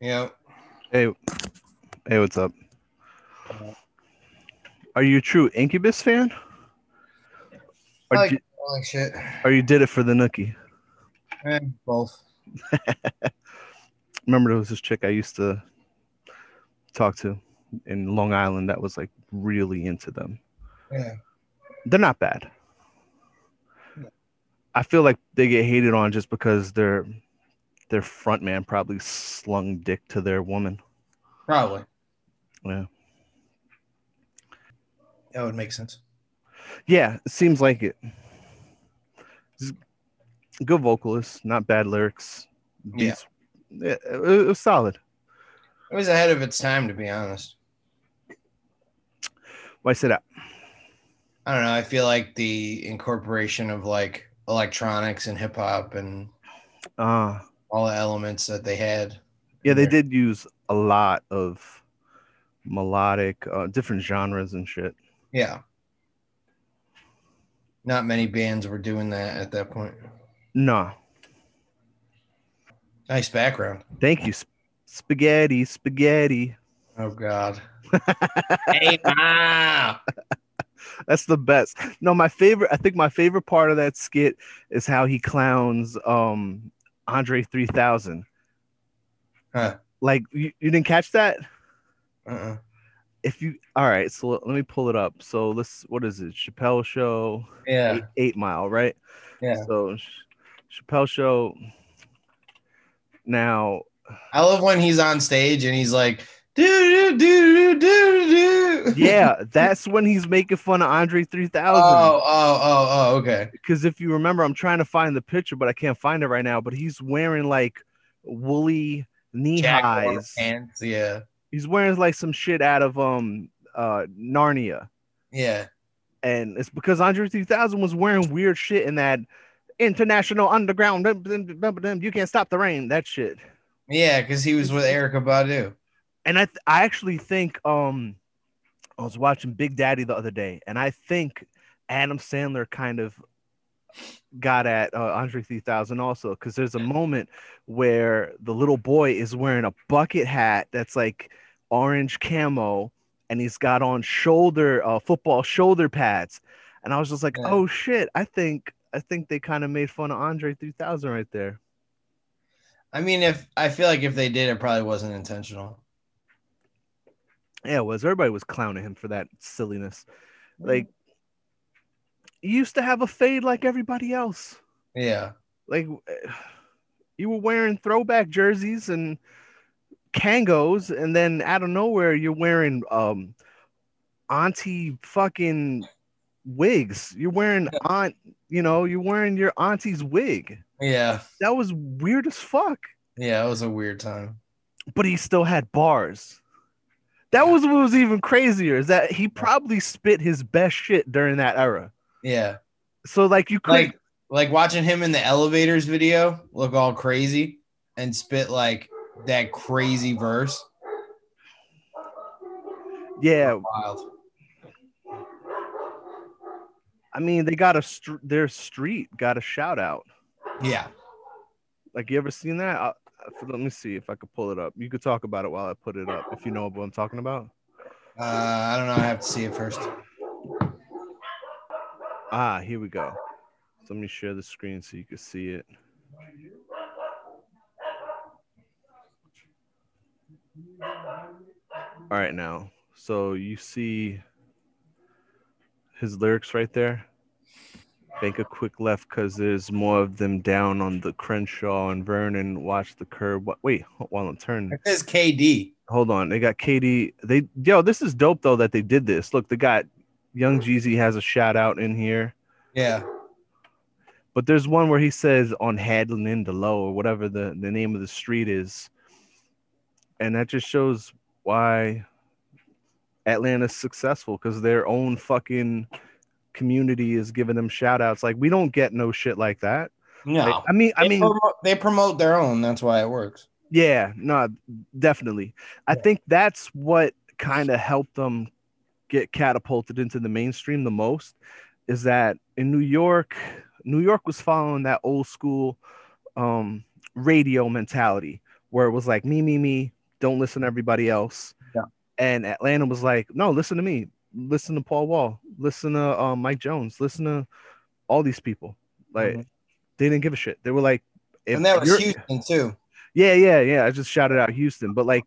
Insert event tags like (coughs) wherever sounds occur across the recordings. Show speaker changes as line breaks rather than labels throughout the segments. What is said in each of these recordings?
Yeah.
Hey, hey, what's up? Are you a true Incubus fan? Or
Like,
di-
like shit.
or you did it for the nookie?
Eh, both.
remember there was this chick I used to talk to in Long Island that was like really into them.
Yeah.
They're not bad.
No.
I feel like they get hated on just because their their front man probably slung dick to their woman.
Probably.
Yeah.
That would make sense.
Yeah, it seems like it. He's a Good vocalist, not bad lyrics.
Yeah.
Beats. Yeah. It, it was solid.
It was ahead of its time, to be honest.
Why sit out?
I don't know. I feel like the incorporation of like electronics and hip hop and
Ah,
all the elements that they had.
Yeah, they
Yeah.
did use a lot of melodic, uh, different genres and shit.
Yeah. Not many bands were doing that at that point.
No,
Nice background.
thank you, sp- spaghetti, spaghetti.
Oh God. hey, ma.
That's the best. No, my favorite. I think my favorite part of that skit is how he clowns um Andre three thousand.
Huh.
Like you, you didn't catch that?
Uh-uh.
If you all right, so let me pull it up. So let's what is it? Chappelle Show.
Yeah.
eight, eight mile, right?
Yeah.
So Ch- Chappelle show. Now,
I love when he's on stage and he's like, do do do do do do. (laughs)
yeah, that's when he's making fun of Andre three thousand.
Oh, oh, oh, oh, okay.
Because if you remember, I'm trying to find the picture, but I can't find it right now. But he's wearing like woolly knee
Jack
highs.
pants. Yeah.
He's wearing like some shit out of um uh Narnia,
Yeah.
and it's because Andre three thousand was wearing weird shit in that international underground. You can't stop the rain. That shit.
Yeah, because he was with Erica Badu.
and I th- I actually think um I was watching Big Daddy the other day, and I think Adam Sandler kind of got at uh, Andre 3000 also because there's a moment where the little boy is wearing a bucket hat that's like orange camo, and he's got on shoulder uh, football shoulder pads, and I was just like,
Yeah.
oh shit, I think I think they kind of made fun of Andre 3000 right there.
I mean, if I feel like if they did, it probably wasn't intentional.
Yeah, it was everybody was clowning him for that silliness. Like you used to have a fade like everybody else.
yeah,
Like you were wearing throwback jerseys and kangos, and then out of nowhere you're wearing um auntie fucking wigs. You're wearing aunt, you know, you're wearing your auntie's wig.
yeah,
That was weird as fuck.
yeah. It was a weird time.
But he still had bars. That was what was even crazier is that he probably spit his best shit during that era.
Yeah,
So like you could
like like watching him in the elevators video look all crazy and spit like that crazy verse.
yeah,
Wild.
I mean, they got a str- their street got a shout out.
Yeah,
Like, you ever seen that? I, I- let me see if I could pull it up. You could talk about it while I put it up if you know what I'm talking about.
uh, I don't know. I have to see it first.
Ah, here we go. So let me share the screen so you can see it. All right, now. So you see his lyrics right there. Make a quick left because there's more of them down on the Crenshaw and Vernon. Watch the curb. Wa- Wait, while I'm turning.
It says KD.
Hold on. They got Katie. They yo, this is dope though that they did this. Look, they got Young Jeezy has a shout out in here.
Yeah,
But there's one where he says on Hadlin in the low or whatever the, the name of the street is. And that just shows why Atlanta's successful because their own fucking community is giving them shout outs. Like we don't get no shit like that.
no.
Like, I mean, I
They
mean,
promote, they promote their own. That's why it works.
yeah, no, definitely. I
Yeah.
think that's what kind of helped them get catapulted into the mainstream the most is that in New York, New York was following that old school um, radio mentality where it was like me, me, me, don't listen to everybody else.
Yeah.
And Atlanta was like, no, listen to me, listen to Paul Wall, listen to um, Mike Jones, listen to all these people. Like
Mhm.
they didn't give a shit. They were like, if
and that was
you're-
Houston too.
yeah, yeah, yeah. I just shouted out Houston, but like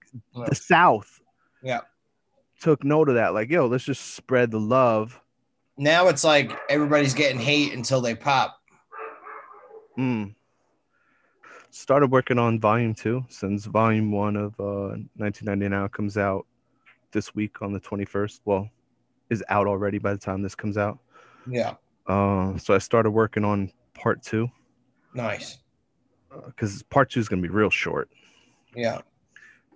the South,
Yeah.
took note of that. Like, yo, let's just spread the love.
Now it's like everybody's getting hate until they pop.
Mm. Started working on volume two since volume one of uh, 1999 comes out this week on the 21st. Well, is out already by the time this comes out.
Yeah,
Uh, so I started working on part two
nice.
because part two is gonna be real short.
Yeah,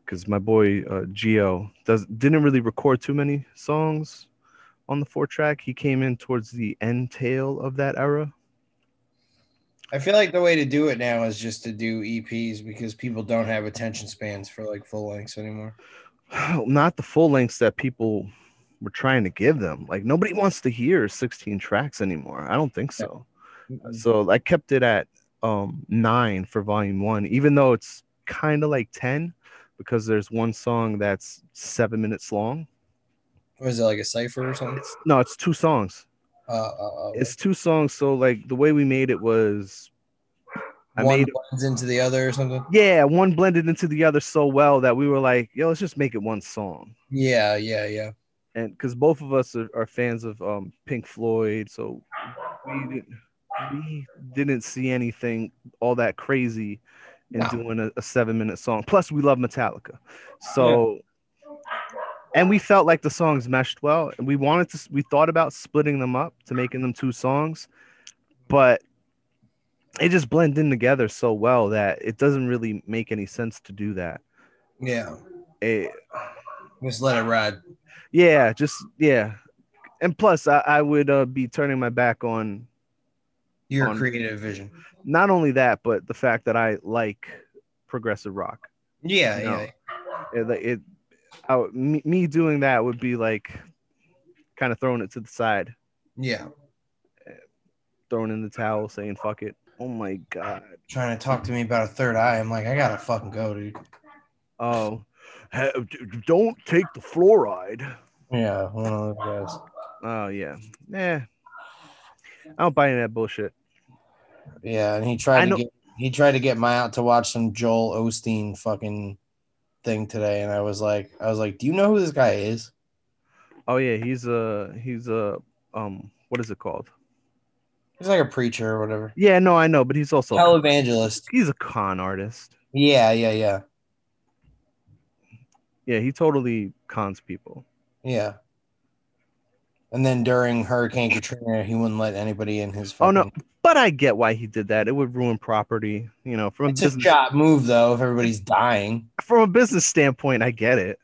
because my boy uh, Geo does didn't really record too many songs on the four track. He came in towards the end tail of that era. (sighs)
I feel like the way to do it now is just to do EPs because people don't have attention spans for like full lengths anymore.
Not the full lengths that people were trying to give them. Like nobody wants to hear 16 tracks anymore. I don't think so. So I kept it at um, nine for volume one, even though it's kind of like 10 because there's one song that's seven minutes long.
Was it like a cipher or something?
It's no, it's two songs.
Uh, uh, uh,
it's two songs so like the way we made it was i
one
made
blends into the other or something.
yeah one blended into the other so well that we were like yo let's just make it one song
Yeah, yeah, yeah.
and because both of us are, are fans of um pink floyd so we didn't, we didn't see anything all that crazy in
No.
doing a, a seven minute song plus we love metallica so and we felt like the songs meshed well and we wanted to s- we thought about splitting them up to making them two songs but it just blend in together so well that it doesn't really make any sense to do that
Yeah,
it,
just let it ride.
yeah just yeah and plus i, I would uh, be turning my back on
Your
On-
creative vision.
not only that but the fact that i like progressive rock
Yeah,
No.
yeah.
it, like, it I, would- me, me doing that would be like kind of throwing it to the side
Yeah.
throwing in the towel saying fuck it oh my god
Trying to talk to me about a third eye. I'm like, I gotta fucking go, dude.
oh ha- d- d- don't take the fluoride
Yeah, one of those guys.
oh yeah yeah i don't buy any of that bullshit
Yeah, and he
I
tried
know-
to get he tried to get my out to watch some Joel Osteen fucking thing today, and I was like, I was like, do you know who this guy is?
oh yeah he's a he's a um what is it called
He's like a preacher or whatever,
yeah no i know but he's also
televangelist.
he's a con artist
Yeah, yeah, yeah,
yeah he totally cons people
yeah. And then during Hurricane Katrina, he wouldn't let anybody in his. Fucking,
Oh, no. but i get why he did that it would ruin property you know from a
It's a
business
shot move though. If everybody's dying,
from a business standpoint, I get it.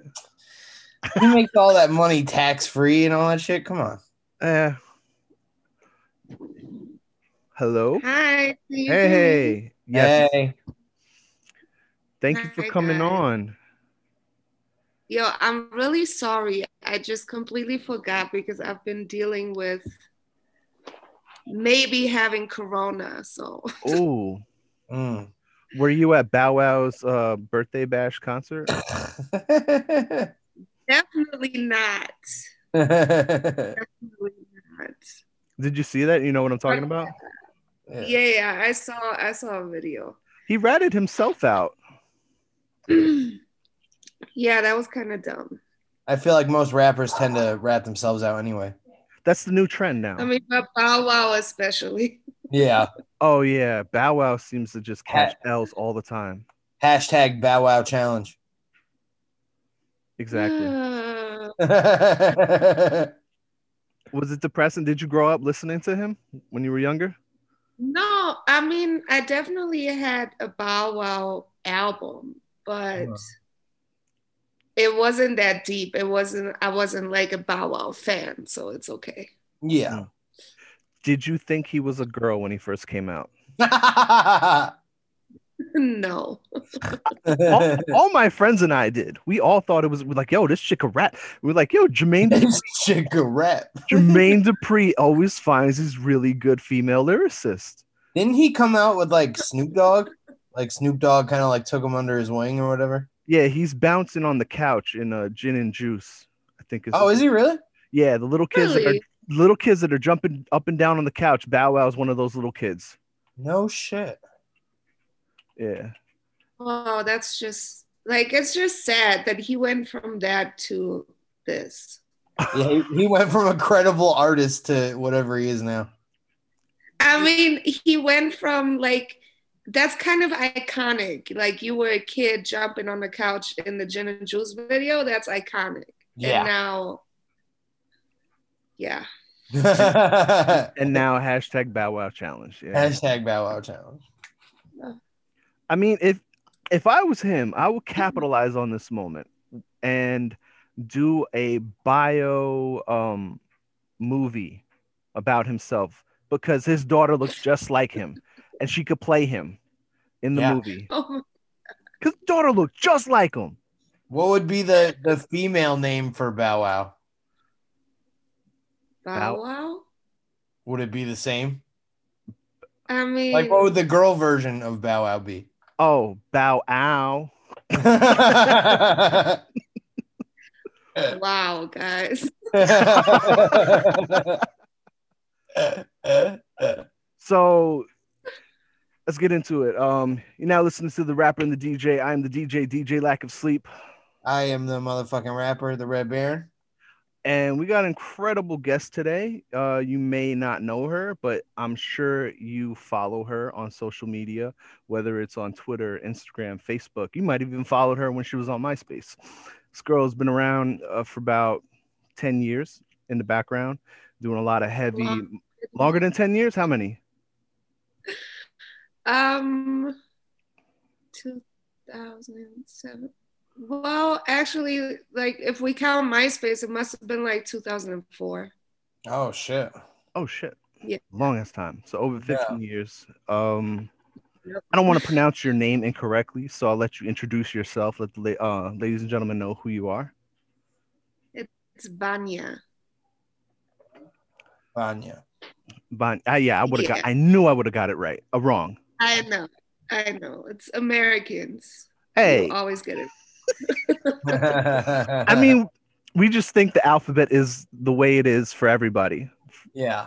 he makes all that money tax free and all that shit. Come on.
Uh, hello.
Hi. Hey,
Hey, hey. Yes.
Hey,
Thank you for
Hi,
coming
guys.
on.
Yo, I'm really sorry. I just completely forgot because I've been dealing with maybe having corona. So (laughs)
Oh,
Mm.
were you at Bow Wow's uh, birthday bash concert?
definitely not. Definitely not.
Did you see that? You know what I'm talking about?
Yeah, yeah. I saw I saw a video. (clears throat)
He ratted himself out.
yeah, that was kind of dumb.
I feel like most rappers tend to rat themselves out anyway.
That's the new trend now.
I mean, but Bow Wow especially.
Yeah.
oh yeah, Bow Wow seems to just catch L's all the time.
Hashtag Bow Wow Challenge. (laughs)
Exactly.
(sighs) Uh,
Was it depressing? Did you grow up listening to him when you were younger?
No, I mean, I definitely had a Bow Wow album, but
Uh-huh.
Wow.
it wasn't that deep. It wasn't, I wasn't like a Bow Wow fan, so it's okay. (laughs)
yeah.
Did you think he was a girl when he first came out?
no.
Hmm. (laughs)
all, all my friends and I did. We all thought it was we're like, yo, this chick a rat. We are like, yo,
(laughs)
Jermaine Du-
Chick a rap.
Jermaine Dupree always finds these really good female lyricists.
Didn't he come out with like Snoop Dogg? Like Snoop Dogg kind of like took him under his wing or whatever.
Yeah, he's bouncing on the couch in uh, gin and juice. I think is.
Oh, is he really?
Yeah, the little kids that
Really?
are little kids that are jumping up and down on the couch. Bow Wow's one of those little kids.
No shit.
Yeah,
Oh, that's just like it's just sad that he went from that to this.
Yeah, he, he went from a credible artist to whatever he is now.
I mean, he went from like that's kind of iconic. Like you were a kid jumping on the couch in the Gin and Juice video. That's iconic. And now, yeah.
(laughs)
(laughs)
Hashtag
and now hashtag Bow Wow challenge. Yeah,
Bow Wow challenge.
I mean, if if I was him, I would capitalize on this moment and do a bio um movie about himself because his daughter looks just like him and she could play him in the
Yeah.
movie.
Oh,
Cuz daughter looked just like him.
What would be the the female name for Bow Wow?
Bow Wow.
Would it be the same?
I mean,
Like, what would the girl version of Bow Wow be? (laughs)
Oh, bow ow.
wow, guys.
So let's get into it. Um you now listening to the rapper and the DJ. I am the DJ DJ Lack of Sleep.
I am the motherfucking rapper, the Red Baron.
And we got an incredible guest today. Uh, you may not know her, but I'm sure you follow her on social media, whether it's on Twitter, Instagram, Facebook. You might have even followed her when she was on MySpace. This girl's been around uh, for about 10 years in the background, doing a lot of heavy,
Long-
longer than 10 years. How many?
Um, 2007. Well, actually, like if we count MySpace, it must have been like 2004.
Oh shit!
Oh, shit.
Yeah.
Long as time. So over 15 years. Um,
Yep.
I don't want to pronounce your name incorrectly, so I'll let you introduce yourself. Let the la- uh, ladies and gentlemen know who you are.
It's Vanya.
Vanya.
Bon, uh, yeah, I would have got.
Yeah.
I knew I would have got it right. Uh, wrong.
I know. I know. It's Americans. who
Hey,
always get it.
I
(laughs)
mean, we just think the alphabet is the way it is for everybody.
(laughs) yeah,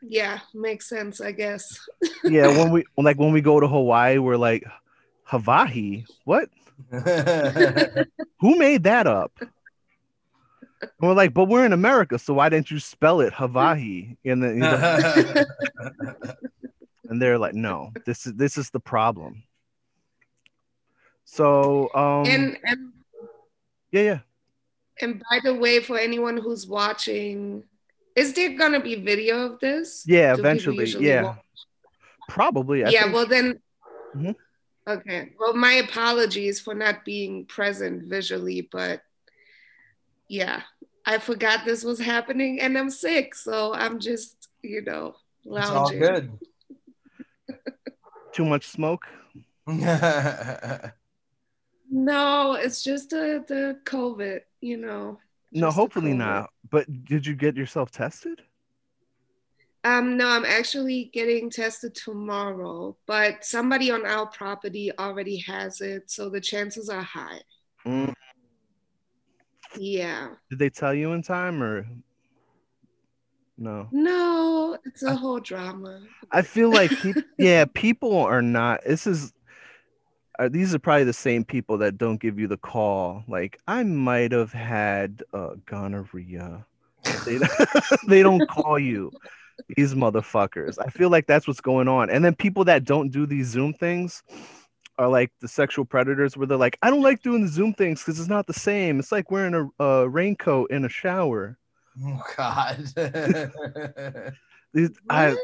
Yeah, makes sense, I guess.
Yeah, when we (laughs) like when we go to Hawaii, we're like, Hawaii. What? Who made that up? And we're like, but we're in America, so why didn't you spell it Hawaii? And then, you
Uh-huh.
know, and they're like, no, this is this is the problem. So, um,
and and
yeah, yeah.
and by the way, for anyone who's watching, is there gonna be video of this?
Yeah,
Do people
eventually.
usually
Yeah.
watch?
Probably. I
yeah,
think-
well then.
Mhm.
Okay. Well, my apologies for not being present visually, but yeah, I forgot this was happening, and I'm sick, so I'm just you know
it's all
lounging.
good. (laughs)
too much smoke.
No, it's just the the COVID, you know.
No,
just the
hopefully
COVID.
not. But did you get yourself tested?
Um, no, I'm actually getting tested tomorrow, but somebody on our property already has it, so the chances are high. Yeah.
Did they tell you in time or no?
No, it's a whole drama.
I feel like peop yeah, people are not. This is uh, these are probably the same people that don't give you the call. Like I might have had uh, gonorrhea. They, (laughs) they don't call you. These motherfuckers. I feel like that's what's going on. And then people that don't do these Zoom things are like the sexual predators, where they're like, I don't like doing the Zoom things because it's not the same. It's like wearing a, a raincoat in a shower.
oh (laughs) God.
These, I,
What?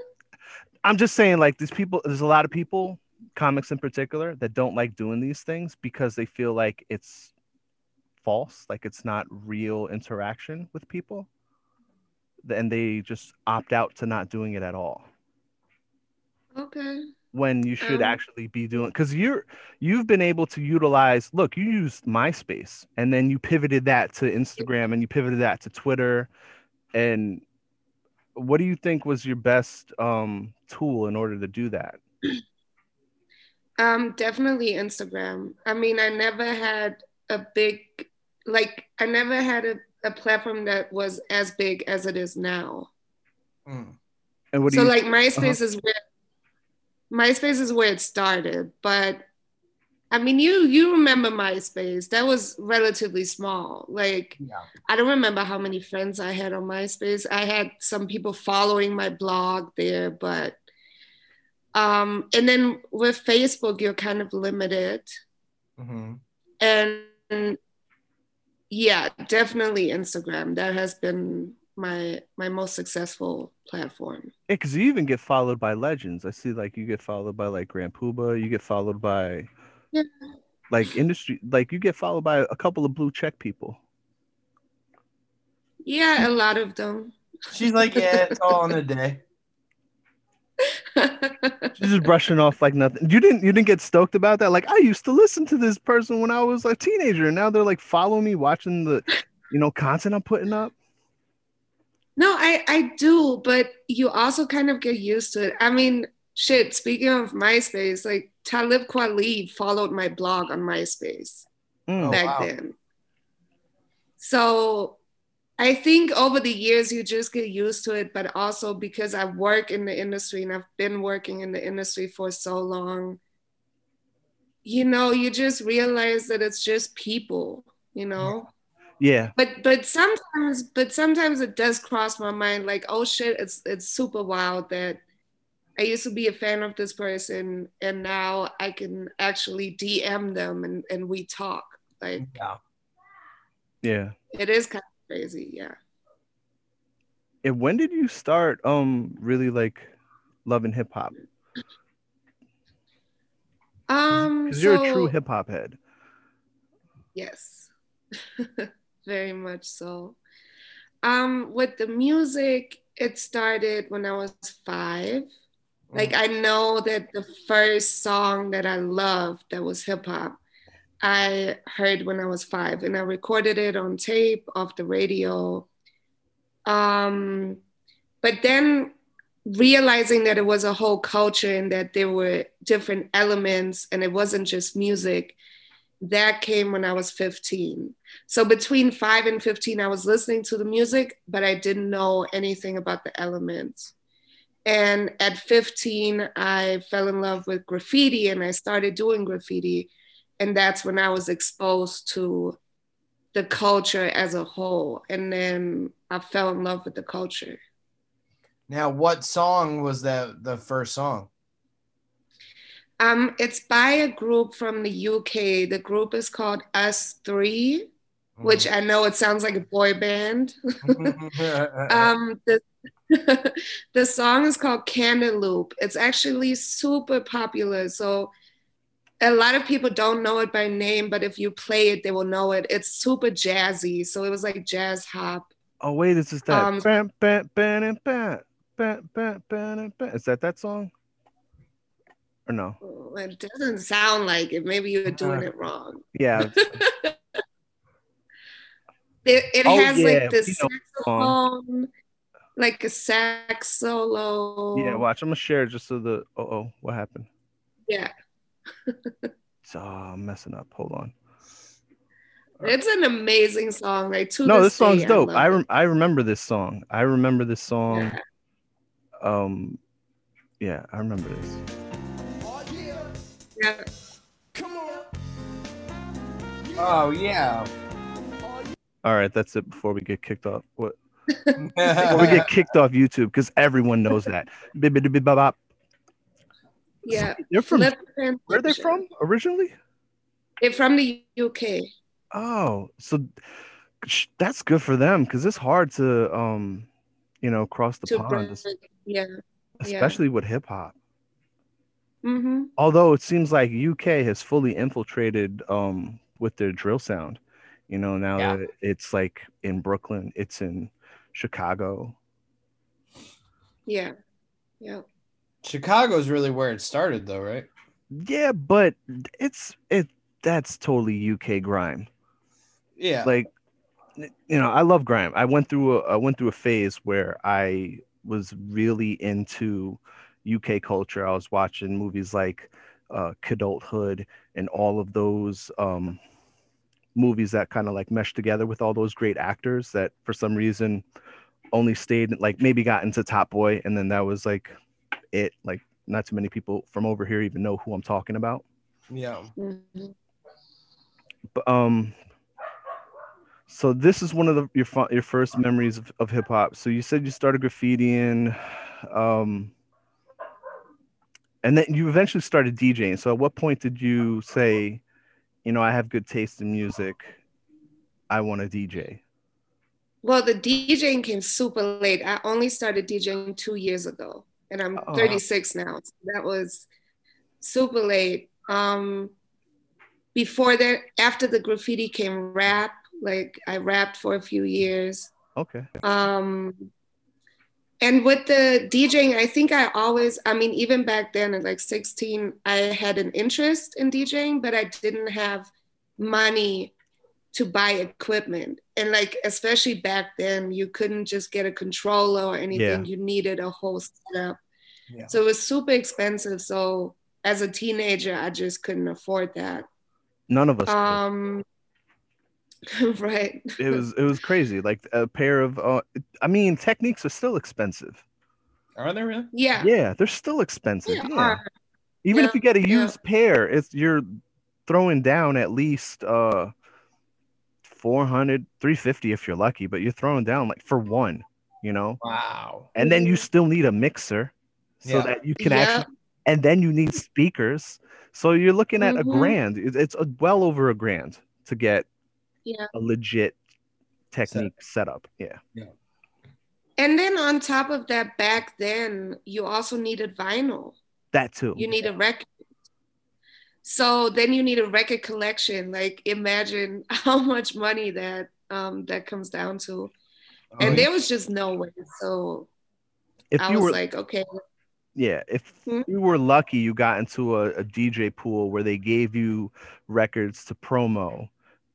I'm just saying, like these people, there's a lot of people, comics in particular, that don't like doing these things because they feel like it's false, like it's not real interaction with people, and they just opt out to not doing it at all
Okay.
when you should
Um,
actually be doing because you're you've been able to utilize look you used myspace and then you pivoted that to instagram and you pivoted that to twitter and what do you think was your best um tool in order to do that
Um, definitely Instagram. I mean, I never had a big, like, I never had a, a platform that was as big as it is now.
Mm.
And what do
so,
you uh-huh.
like, MySpace is where MySpace is where it started, but I mean, you you remember MySpace? That was relatively small. Like,
Yeah.
I don't remember how many friends I had on MySpace. I had some people following my blog there, but um, and then with Facebook, you're kind of limited.
hmm
And yeah, definitely Instagram. That has been my my most successful platform.
because you even get followed by legends. I see like you get followed by like Grand Pooba, you get followed by
Yeah.
like industry, like you get followed by a couple of blue check people.
Yeah, a lot of them. (laughs)
She's like, yeah, it's all in the day.
She's just brushing off like nothing. You didn't you didn't get stoked about that? Like I used to listen to this person when I was a teenager, and now they're like following me, watching the you know content I'm putting up.
No, I I do, but you also kind of get used to it. I mean, shit. Speaking of MySpace, like Talib Kweli followed my blog on MySpace
Mm.
Oh,
back
wow.
then. So, I think over the years you just get used to it, but also because I work in the industry and I've been working in the industry for so long, you know, you just realize that it's just people, you know
Yeah,
but but sometimes but sometimes it does cross my mind like oh shit it's it's super wild that i used to be a fan of this person and now i can actually dm them and and we talk like
Yeah.
yeah.
it is kind of crazy yeah
And when did you start um really like loving hip hop?
um
Because you're a
so-
true hip hop head.
Yes, (laughs) very much so. Um, with the music, it started when I was five.
Mm.
Like I know that the first song that I loved that was hip hop, I heard when I was five, and I recorded it on tape off the radio. Um, but then realizing that it was a whole culture and that there were different elements and it wasn't just music that came when I was 15. So between 5 and 15 I was listening to the music but I didn't know anything about the elements. And at 15 I fell in love with graffiti and I started doing graffiti and that's when I was exposed to the culture as a whole and then I fell in love with the culture.
Now, what song was that? The first song.
Um, it's by a group from the UK. The group is called Us 3 which I know it sounds like a boy band.
Mm.
(laughs) Um, the, the (laughs) song is called Candeloop. It's actually super popular. So a lot of people don't know it by name, but if you play it, they will know it. It's super jazzy. So it was like jazz hop.
Oh wait, is this that?
Um,
bam, bam, bam, bam, bam, bam, bam, bam. Is that that song? Or no?
Oh, It doesn't sound like it. Maybe you're
Uh-huh.
doing it wrong.
Yeah,
It, it
Oh,
has
yeah, we know
like the
the song.
saxophone, like a sax solo.
yeah. Watch, I'm gonna share it just so the. Oh, oh, what happened?
Yeah.
(laughs) So I'm messing up. Hold on.
It's an amazing song. Like to
No, this
day,
song's dope.
love
I
it.
rem- I remember this song. I remember this song.
Yeah.
Um, yeah, I remember this.
Yeah.
oh yeah.
All right, that's it. Before we get kicked off, what? Before we
yeah.
get kicked off YouTube because everyone knows that. Bip-bidi-bip-bop.
Yeah.
They're from
Flip and
where? are They
Fiction.
from originally?
They're from the UK.
Oh, so sh- that's good for them because it's hard to, um, you know, cross the
To
pond, es-
Brand- Yeah. yeah.
especially with hip hop.
hmm
Although it seems like UK has fully infiltrated um, with their drill sound. You know, now
Yeah.
that it's like in Brooklyn, it's in Chicago.
Yeah. Yeah.
(laughs) Chicago's really where it started, though, right?
Yeah, but it's it that's totally UK grime.
Yeah.
like n- you know i love grime i went through a i went through a phase where i was really into uk culture i was watching movies like uh, adulthood and all of those um, movies that kind of like mesh together with all those great actors that for some reason only stayed like maybe got into Top Boy and then that was like it. Like not too many people from over here even know who I'm talking about.
Yeah.
Mhm.
But, um, so this is one of the, your fu- your first memories of, of hip hop. So you said you started graffitiing, um, and then you eventually started DJing. So at what point did you say, you know, I have good taste in music, I want to DJ?
Well, the DJing came super late. I only started DJing two years ago, and I'm
Oh, wow.
36 now. So that was super late. Um, before that, after the graffiti came rap. Like I rapped for a few years.
Okay.
um and with the djing i think i always i mean even back then at like 16 i had an interest in djing but i didn't have money to buy equipment and like especially back then you couldn't just get a controller or anything you needed a whole setup
Yeah.
so it was super expensive so as a teenager i just couldn't afford that
None of us. could.
um (laughs) right
it was it was crazy. Like a pair of, uh, I mean, techniques are still expensive.
Are there really?
yeah
Yeah, they're still expensive.
They
Yeah.
are.
Even
Yeah,
if you get a
yeah.
used pair, it's you're throwing down at least uh 400, 350 if you're lucky, but you're throwing down like for one, you know.
Wow.
And then you
Mhm.
still need a mixer so
Yeah.
that you can
Yeah.
actually and then you need speakers. So you're looking at
Mhm.
a grand. It- It's a, well over a grand to get
Yeah.
a legit technique setup. Yeah.
And then on top of that, back then you also needed vinyl.
That too.
You need a record. So then you need a record collection. Like imagine (laughs) how much money that um, that comes down to.
Oh,
And there was just no way. So
if
I
you
was
were
like, okay,
Yeah, if
Hmm?
you were lucky, you got into a, a DJ pool where they gave you records to promo,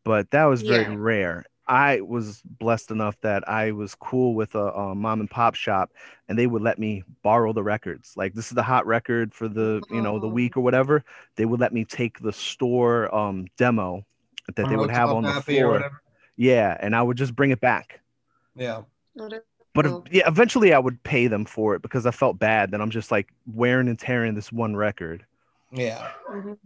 but that was very
Yeah.
rare. I was blessed enough that I was cool with a, a mom and pop shop, and they would let me borrow the records. Like this is the hot record for the you know the
Oh.
week or whatever. They would let me take the store um, demo that
Oh,
they would have on the
Copy or
floor.
whatever.
Yeah, and I would just bring it back.
Yeah.
oh, that-
But
Oh.
yeah, eventually I would pay them for it because I felt bad that I'm just like wearing and tearing this one record.
Yeah.
mhm.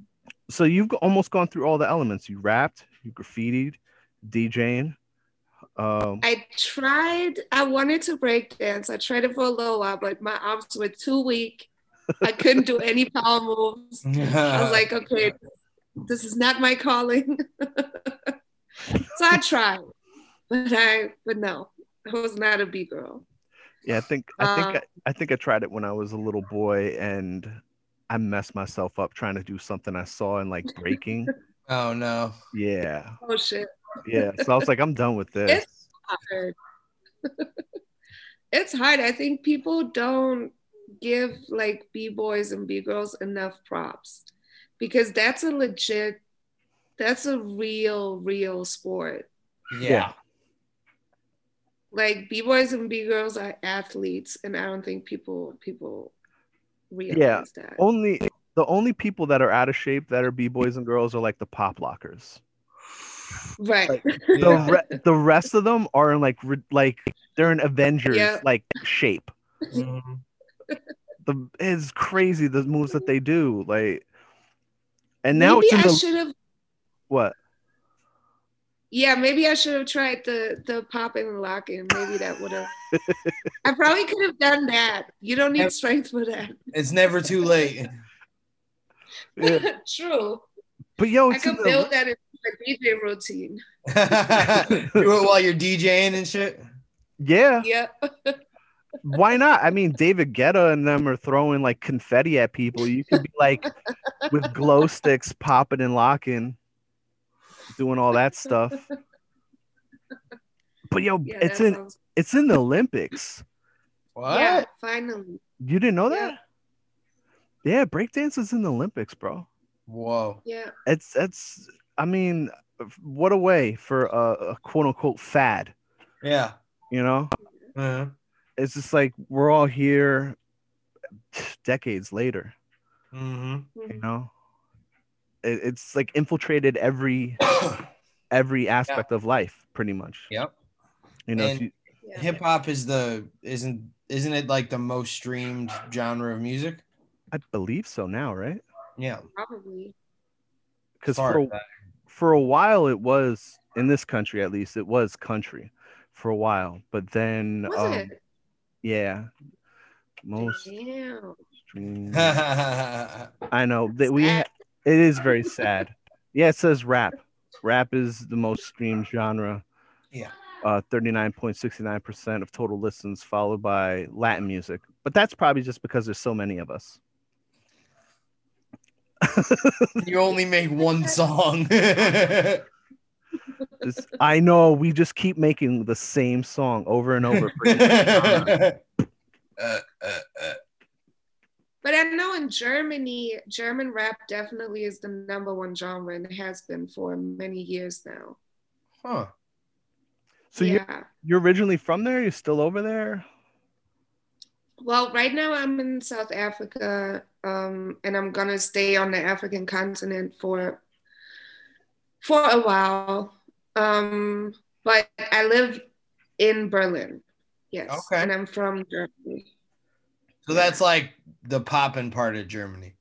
so you've go- almost gone through all the elements. You rapped, you graffitied, DJing. Um,
I tried. I wanted to break dance. I tried it for a little while, but my arms were too weak. I couldn't do any power moves. I
Uh-huh. (laughs)
was like, okay, this is not my calling. (laughs) so I tried, but I, but no, I was not a B girl.
yeah, I think I think
Uh,
I, I think I tried it when I was a little boy, and I messed myself up trying to do something I saw in like breaking.
oh no.
yeah,
Oh shit,
yeah. So I was like, I'm done with this.
hard. (laughs) it's hard. I think people don't give like B boys and B girls enough props because that's a legit, that's a real, real sport.
Yeah.
Like B boys and B girls are athletes, and I don't think people people realize that.
Only the only people that are out of shape that are b boys and girls are like the pop lockers.
Right.
Like,
Yeah.
The re- the rest of them are in like re- like they're in Avengers
Yeah.
like shape.
Mhm.
the it's crazy the moves that they do like and now
maybe
it's in
I
the
should have.
what
Yeah, maybe I should have tried the the pop and lock in. Maybe that
(laughs)
would have. I probably could have done that. You don't need strength for that.
It's never too late. (laughs)
Yeah.
(laughs) True.
but yo
I
it's in
could
the-
build that into my DJ routine.
Do it while you're DJing and shit.
yeah
Yeah.
why not i mean david guetta and them are throwing like confetti at people you could be like with glow sticks popping and locking doing all that
(laughs)
stuff but yo
Yeah.
it's
that
in
sounds-
it's in the olympics
What?
Yeah. Finally.
you didn't know
Yeah.
that yeah breakdance is in the olympics bro
Whoa.
Yeah.
it's it's i mean what a way for a, a quote unquote fad
Yeah.
you know
Uh-huh.
it's just like we're all here (sniffs) decades later
Mm-hmm. (coughs)
you
Mhm.
know It, it's like infiltrated every every aspect of life, pretty much.
Yep.
You know, if
And-
you-
Yeah.
Hip hop is the isn't isn't it like the most streamed genre of music?
I believe so now, right?
Yeah.
Probably.
Because
Sorry
for
for that.
for a while it was in this country at least it was country for a while, but then
Was
um,
it?
yeah, most
Damn.
(laughs)
streamed- I know that we
Sad.
it is very sad. yeah, it says rap. Rap is the most streamed genre.
Yeah.
Uh, 39.69% of total listens, followed by Latin music. But that's probably just because there's so many of us.
(laughs) you only make (laughs) one song. yeah.
(laughs)
It's- I know we just keep making the same song over and over.
(laughs)
for each genre.
Uh, uh, uh.
But I know in Germany, German rap definitely is the number one genre and has been for many years now.
Huh.
so you're,
yeah.
you're originally from there? You're still over there?
Well, right now I'm in South Africa, um, and I'm gonna stay on the African continent for for a while. Um, but I live in Berlin. Yes.
Okay.
And I'm from Germany.
So that's like the poppin' part of (laughs) Germany.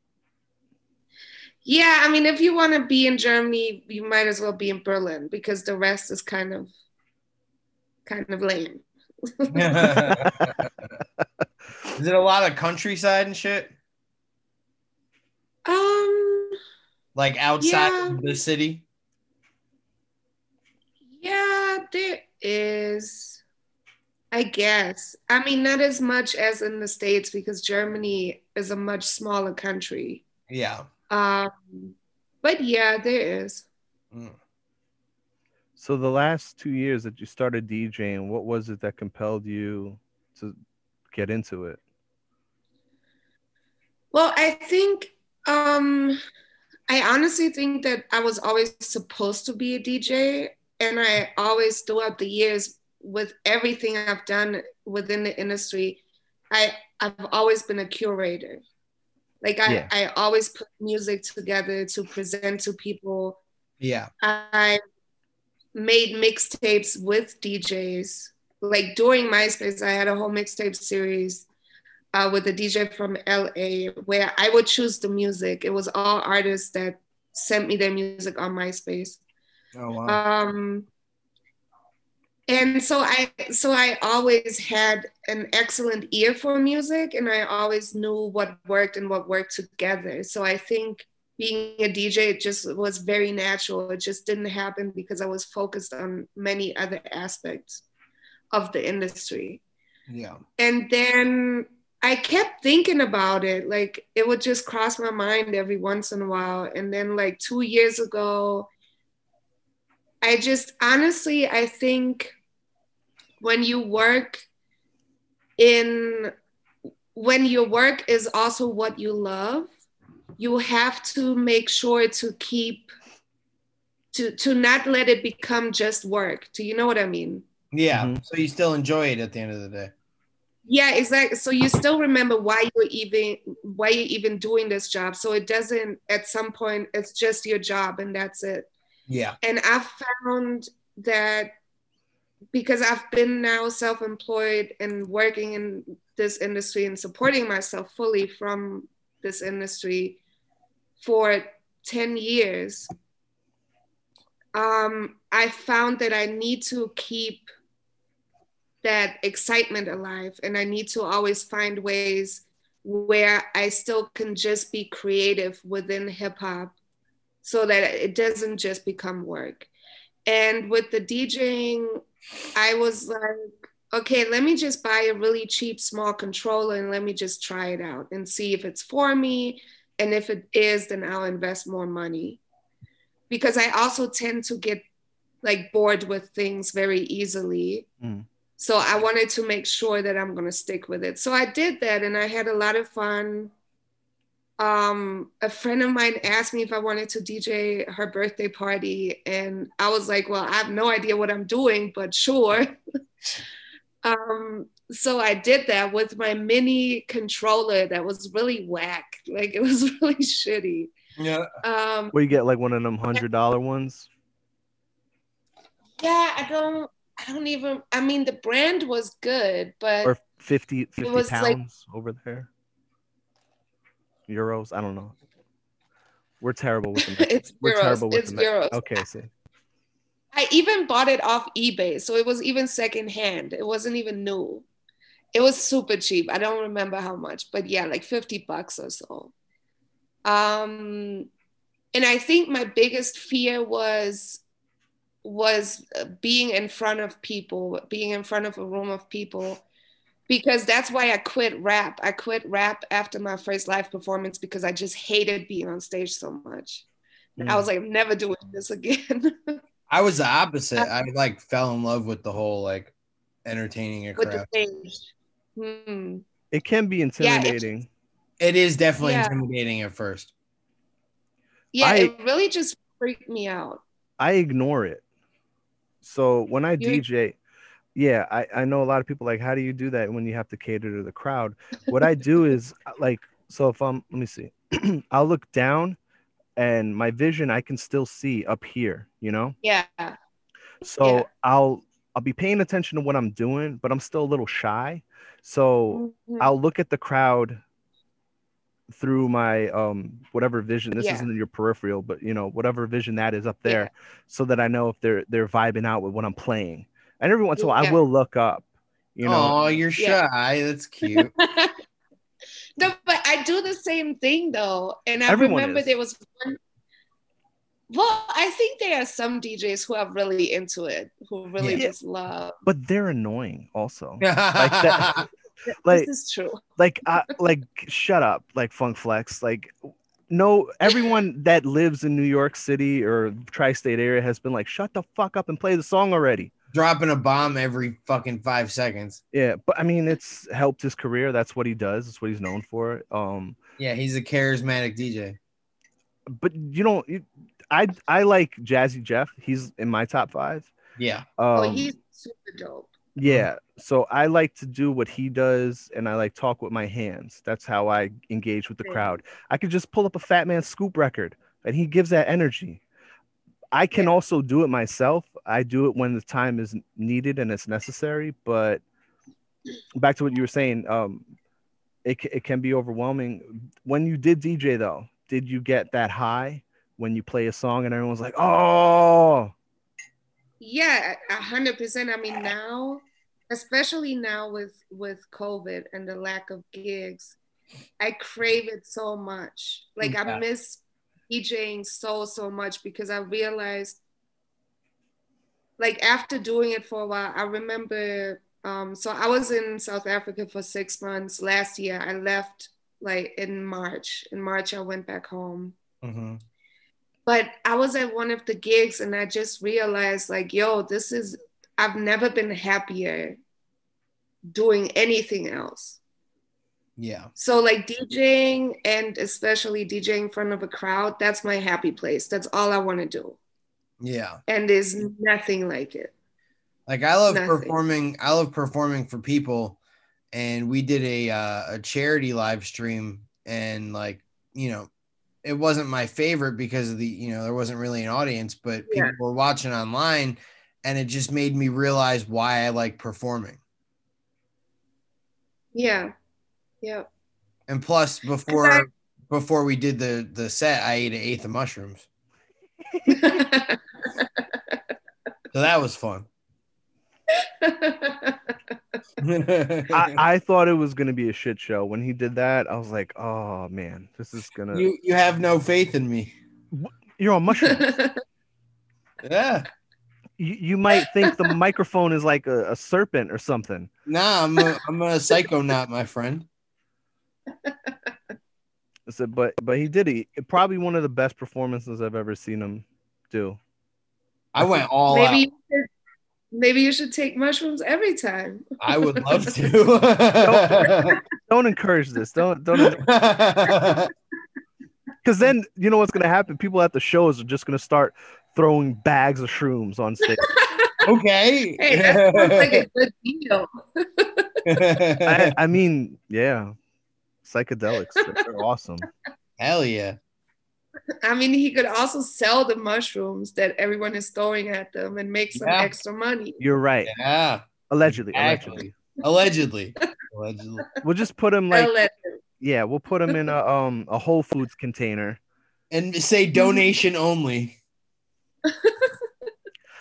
Yeah, I mean, if you want to be in Germany, you might as well be in Berlin because the rest is kind of kind of lame.
Is it a lot of countryside and shit?
Um,
Like outside
Yeah.
of the city?
yeah, there is, I guess. I mean, not as much as in the States because Germany is a much smaller country.
Yeah.
Um, but yeah, there is.
Mm.
So the last two years that you started DJing, what was it that compelled you to get into it?
Well, I think um I honestly think that I was always supposed to be a DJ and I always throughout the years with everything I've done within the industry, I I've always been a curator. Like I,
Yeah.
I always put music together to present to people.
Yeah.
I made mixtapes with DJs. Like during MySpace, I had a whole mixtape series uh, with a DJ from LA where I would choose the music. It was all artists that sent me their music on MySpace.
Oh wow.
Um, and so I so I always had an excellent ear for music, and I always knew what worked and what worked together. So I think being a DJ it just was very natural. It just didn't happen because I was focused on many other aspects of the industry
yeah.
and then I kept thinking about it. Like it would just cross my mind every once in a while. And then like two years ago, I just honestly, I think when you work in, when your work is also what you love, you have to make sure to keep, to, to not let it become just work. Do you know what I mean?
Yeah.
Mhm.
So you still enjoy it at the end of the day.
Yeah, exactly. So you still remember why you're even why you're even doing this job. So it doesn't at some point it's just your job and that's it.
Yeah.
And I found that because I've been now self-employed and working in this industry and supporting myself fully from this industry for 10 years, um, I found that I need to keep that excitement alive and i need to always find ways where i still can just be creative within hip hop so that it doesn't just become work and with the djing i was like okay let me just buy a really cheap small controller and let me just try it out and see if it's for me and if it is then i'll invest more money because i also tend to get like bored with things very easily so I wanted to make sure that I'm going to stick with it. So I did that and I had a lot of fun. Um, a friend of mine asked me if I wanted to DJ her birthday party. And I was like, well, I have no idea what I'm doing, but sure. (laughs) um, so I did that (laughs) with my mini controller that was really whack. Like it was really shitty.
Yeah.
Um,
Where you get like one of them hundred dollar ones?
yeah, I don't, I don't even. I mean, the brand was good, but
or 50, 50
was, like-
pounds over there euros i don't know we're terrible
(laughs)
with the
(laughs) it's
we're
euros.
terrible with
It's
the me-
euros.
okay see
I even bought it off eBay, so it was even secondhand. It wasn't even new. It was super cheap. I don't remember how much, but yeah, like 50 bucks or so. Um and I think my biggest fear was was uh, being in front of people, being in front of a room of people because that's why I quit rap. I quit rap after my first live performance because I just hated being on stage so much. I
Mm.
was like, I'm never doing this again. (laughs)
I was the
Uh,
opposite. I like fell in love with the whole like entertaining a
with the
crowd.
stage. Hmm.
it can be
it's-
intimidating
It is definitely
Yeah.
intimidating at first.
Yeah,
I-
it really just freaked me out.
I ignore it. So when I
You-
DJ, yeah, I, I know a lot of people like, how do you do that when you have to cater to the crowd? What I do is uh, like, so if I'm, let me see, (clears throat) I'll look down and my vision, I can still see up here, you know?
Yeah.
So
Yeah.
I'll, I'll be paying attention to what I'm doing, but I'm still a little shy. So
Mm-hmm.
I'll look at the crowd through my um whatever vision this
Yeah.
isn't in your peripheral but you know whatever vision that is up there
Yeah.
so that I know if they're they're vibing out with what I'm playing and every once in a while I
Yeah.
will look up you know
oh, you're
Yeah.
shy. That's (laughs) cute.
(laughs) no, but I do the same thing though. And I
Everyone
remember
is.
there was one. Well, I think there are some DJs who are really into it, who really
Yeah.
just love.
but they're annoying also that.
that.
like
this is true.
like I, like shut up like funk flex like no everyone that lives in New York City or tri-state area has been like shut the fuck up and play the song already
(laughs) Dropping a bomb every fucking five seconds.
Yeah, but I mean, it's helped his career. That's what he does. It's what he's known for. Um,
Yeah, he's a charismatic DJ.
but you don't. You, I I like Jazzy Jeff. He's in my top five.
Yeah.
Um,
oh, he's super dope.
yeah. So I like to do what he does, and I like talk with my hands. That's how I engage with the
Right.
crowd. I could just pull up a Fat Man Scoop record, and he gives that energy. I can
Yeah.
also do it myself. I do it when the time is needed and it's necessary. But back to what you were saying, um, it ca- it can be overwhelming. When you did DJ though, did you get that high when you play a song and everyone's like, "Oh,
Yeah, a hundred percent. I mean, now, especially now with with COVID and the lack of gigs, I crave it so much. Like
Yeah.
I miss DJing so so much because I realized, like after doing it for a while, I remember. Um, so I was in South Africa for six months last year. I left like in March. In March, I went back home
Mm-hmm.
but I was at one of the gigs and I just realized like, yo, this is I've never been happier doing anything else.
Yeah.
So like DJing and especially DJing in front of a crowd, that's my happy place. That's all I want to do.
Yeah.
And there's nothing like it.
Like I love
Nothing.
performing. I love performing for people, and we did a uh, a charity live stream, and like you know, it wasn't my favorite because of the you know there wasn't really an audience, but
Yeah.
people were watching online, and it just made me realize why I like performing.
Yeah. Yeah. (laughs)
And plus, before
I-
before we did the the set, I ate an eighth of mushrooms, so that was fun. (laughs)
I, I thought it was gonna be a shit show when he did that. I was like, oh man, this is gonna.
you you have no faith in me. (laughs)
You're on mushroom.
Yeah.
you, you might think the microphone is like a, a serpent or something.
Nah, I'm a, I'm a psychonaut, my friend.
I said, but but he did it. Probably one of the best performances I've ever seen him do.
I went all
maybe
out.
you should, maybe you should take mushrooms every time.
I
(laughs)
would love
Don't encourage (laughs) this. Don't don't
to.
because then you know what's gonna happen. People at the shows are just gonna start throwing bags of shrooms on
(laughs)
stage.
okay.
Hey, that sounds
(laughs)
like a good deal.
I, I mean, yeah, psychedelics. They're awesome.
Hell yeah.
I mean, he could also sell the mushrooms that everyone is throwing at them and make some
Yeah.
extra money.
You're right.
Yeah.
Allegedly,
Exactly.
allegedly.
Allegedly. Allegedly.
We'll just put him like
LA.
yeah, we'll put
(laughs)
him in a um a Whole Foods container.
And say donation only.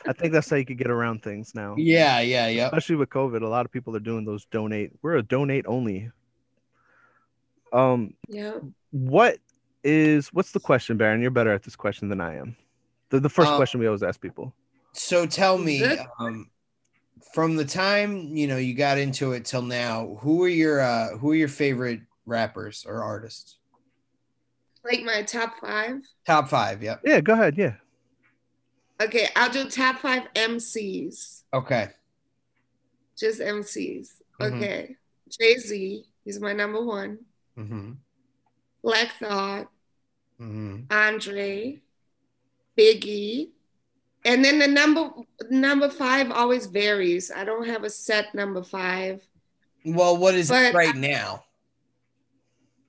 I think that's how you could get around things now.
Yeah, yeah, yeah.
Especially with COVID, a lot of people are doing those donate. We're a donate only. Um,
yeah.
what is what's the question, Baron? You're better at this question than I am. The, the first
Um,
question we always ask people.
So tell me,
Good.
um, from the time you know you got into it till now, who are your uh, who are your favorite rappers or artists?
Like my top five.
Top five. Yep.
Yeah, go ahead. Yeah.
Okay, I'll do top five MCs.
Okay.
Just MCs.
Mhm.
Okay. Jay Z is my number one.
Mm-hmm.
Black Thought,
Mm-hmm.
Andre, Biggie. And then the number number five always varies. I don't have a set number five.
Well, what is it
But-
right now?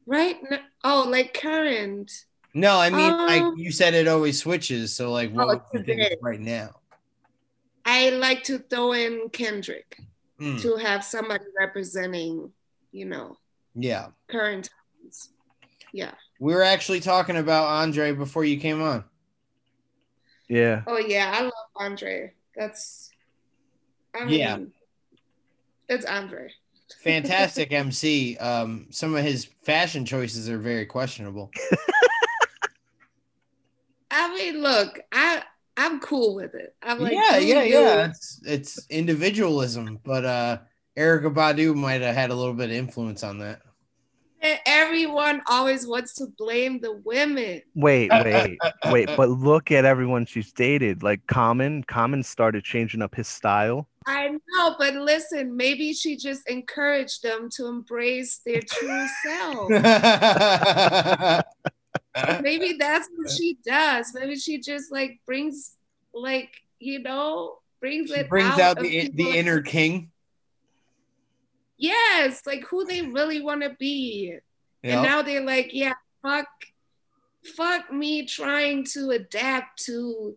Right? No, oh, like current.
No, I mean, like
Um,
you said, it always switches. So, like, what
Oh,
would you think
today.
is right now?
I like to throw in Kendrick
Mm,
to have somebody representing, you know,
yeah,
current times. Yeah.
we were actually talking about Andre before you came on.
Yeah.
Oh yeah, I love Andre. That's I mean,
Yeah.
It's Andre. (laughs)
Fantastic MC. Um, some of his fashion choices are very questionable.
I mean, look, I I'm cool with it. I'm like,
yeah,
do
yeah,
you.
yeah. It's it's individualism, but uh, Erica Badu might have had a little bit of influence on that.
And Everyone always wants to blame the women.
(laughs)
Wait, wait, wait. But look at everyone she's dated. Like Common, Common started changing up his style.
I know, but listen, maybe she just encouraged them to embrace their true
(laughs)
self. Maybe that's what she does. Maybe she just like brings, like you know,
(laughs)
brings
She
it
brings
out,
out
of
the
people.
the inner king.
Yes, like who they really want to be. And
Yep.
now they're like, yeah, fuck, fuck me trying to adapt to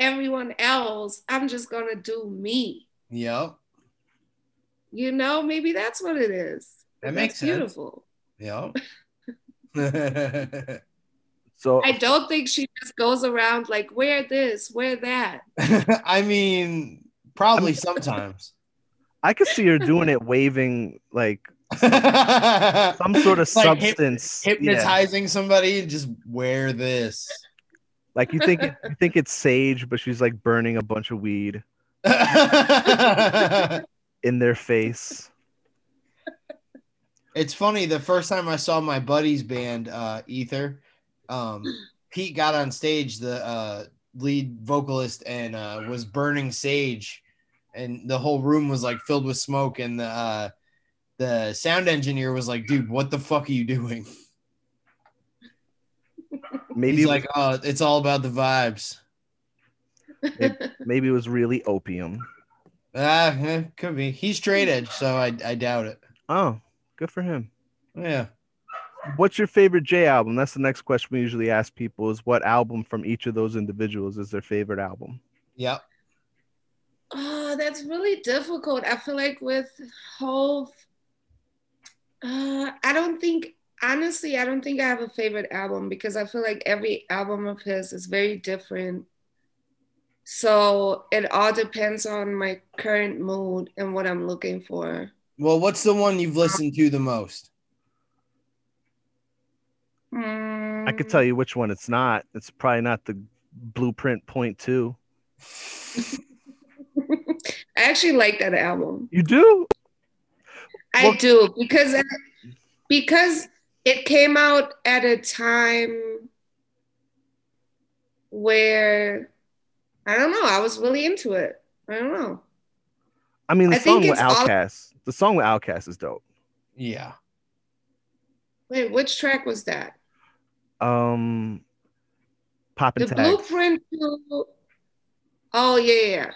everyone else. I'm just gonna do me.
Yep.
You know, maybe that's what it is.
That
That's
makes sense.
beautiful. (laughs)
(laughs) Yep.
So
I don't think she just goes around like, wear this, wear that.
(laughs) I mean, probably sometimes.
I could see her doing it, waving like (laughs) some
Some
sort of
(laughs) Like hyp-
substance. Yeah.
hypnotizing somebody and just wear
(laughs)
this.
Like you think it, you
(laughs)
think it's sage, but she's like burning a bunch of weed
it's
in their face.
funny. The first time I saw my buddy's band, uh, Ether, um, Pete got on stage, the uh, lead vocalist, and uh, was burning sage, and the whole room was like filled with smoke, and the uh, the sound engineer was like, "Dude, what the fuck are you doing?"
Maybe
He's
it was-
like, "Oh, it's all about the vibes."
maybe it was really opium.
Ah, eh, could be. He's straight edge, so I, I doubt it.
Oh, good for him.
Yeah.
What's your favorite J album? That's the next question we usually ask people: is what album from each of those individuals is their favorite album?
Yep.
Oh, that's really difficult. I feel like with Hove, uh, I don't think, honestly, I don't think I have a favorite album because I feel like every album of his is very different. So it all depends on my current mood and what I'm looking for.
Well, what's the one you've listened to the most?
I could
Mm.
tell you which one it's not. It's probably not the Blueprint Point Two.
(laughs) I actually like that album.
You do?
I
Well-
do because because it came out at a time where I don't know. I was really into it. I don't know.
I mean, the
I think
song with
it's all-
Outkast. The song with Outkast is dope.
Yeah. (laughs)
Wait, which track was that?
Um, Pop
The
and Tag.
blueprint to. Oh yeah, yeah,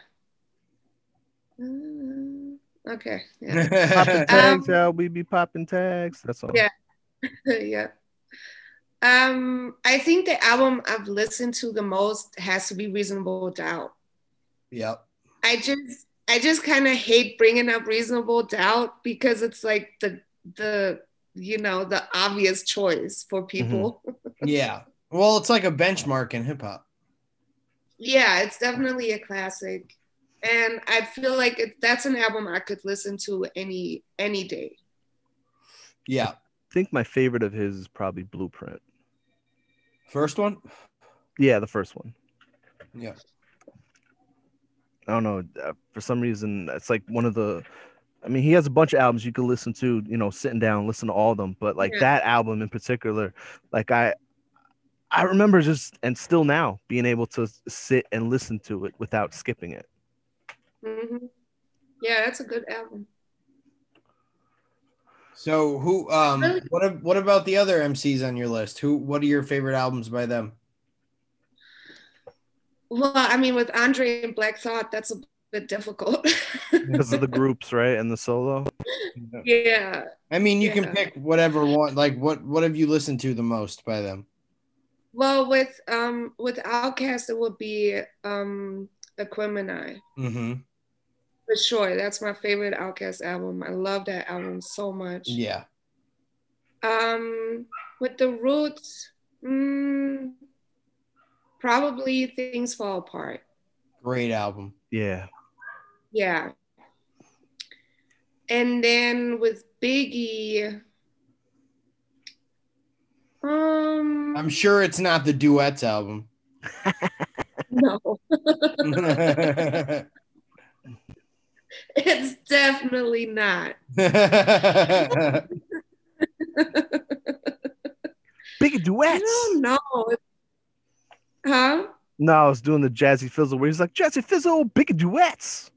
yeah. Mm, Okay.
(laughs)
Yeah. (laughs)
Popping
yeah.
tags,
Um,
yeah, we be popping tags. That's all.
yeah. yeah. Um, I think the album I've listened to the most has to be Reasonable Doubt.
Yep.
I just I just kind of hate bringing up Reasonable Doubt because it's like the the you know the obvious choice for people.
Mm-hmm. yeah. Well, it's like a benchmark in hip hop.
yeah, it's definitely a classic, and I feel like it, that's an album I could listen to any any day.
Yeah.
I think my favorite of his is probably Blueprint.
First one?
Yeah, the first one.
Yeah.
I don't know. Uh, for some reason, it's like one of the. I mean, he has a bunch of albums you can listen to, you know, sitting down, listen to all of them. But like yeah. that album in particular, like I, I remember just and still now being able to sit and listen to it without skipping it.
Mm-hmm. Yeah, that's a good album.
So who um what what about the other MCs on your list? Who what are your favorite albums by them?
Well, I mean with Andre and Black Thought, that's a bit difficult. (laughs)
because of the groups, right? And the solo.
Yeah.
I mean you yeah. can pick whatever one like what what have you listened to the most by them?
Well with um with Outcast it would be um Aquemini.
Mm-hmm
for sure. That's my favorite Outcast album. I love that album so much.
Yeah.
Um, with the Roots, mm, probably Things Fall Apart.
Great album.
Yeah.
Yeah. And then with Biggie, um,
I'm sure it's not the duets album.
(laughs) no. It's definitely not.
Big duets.
No. Huh?
No, I was doing the Jazzy Fizzle where he's like, Jazzy Fizzle, big duets.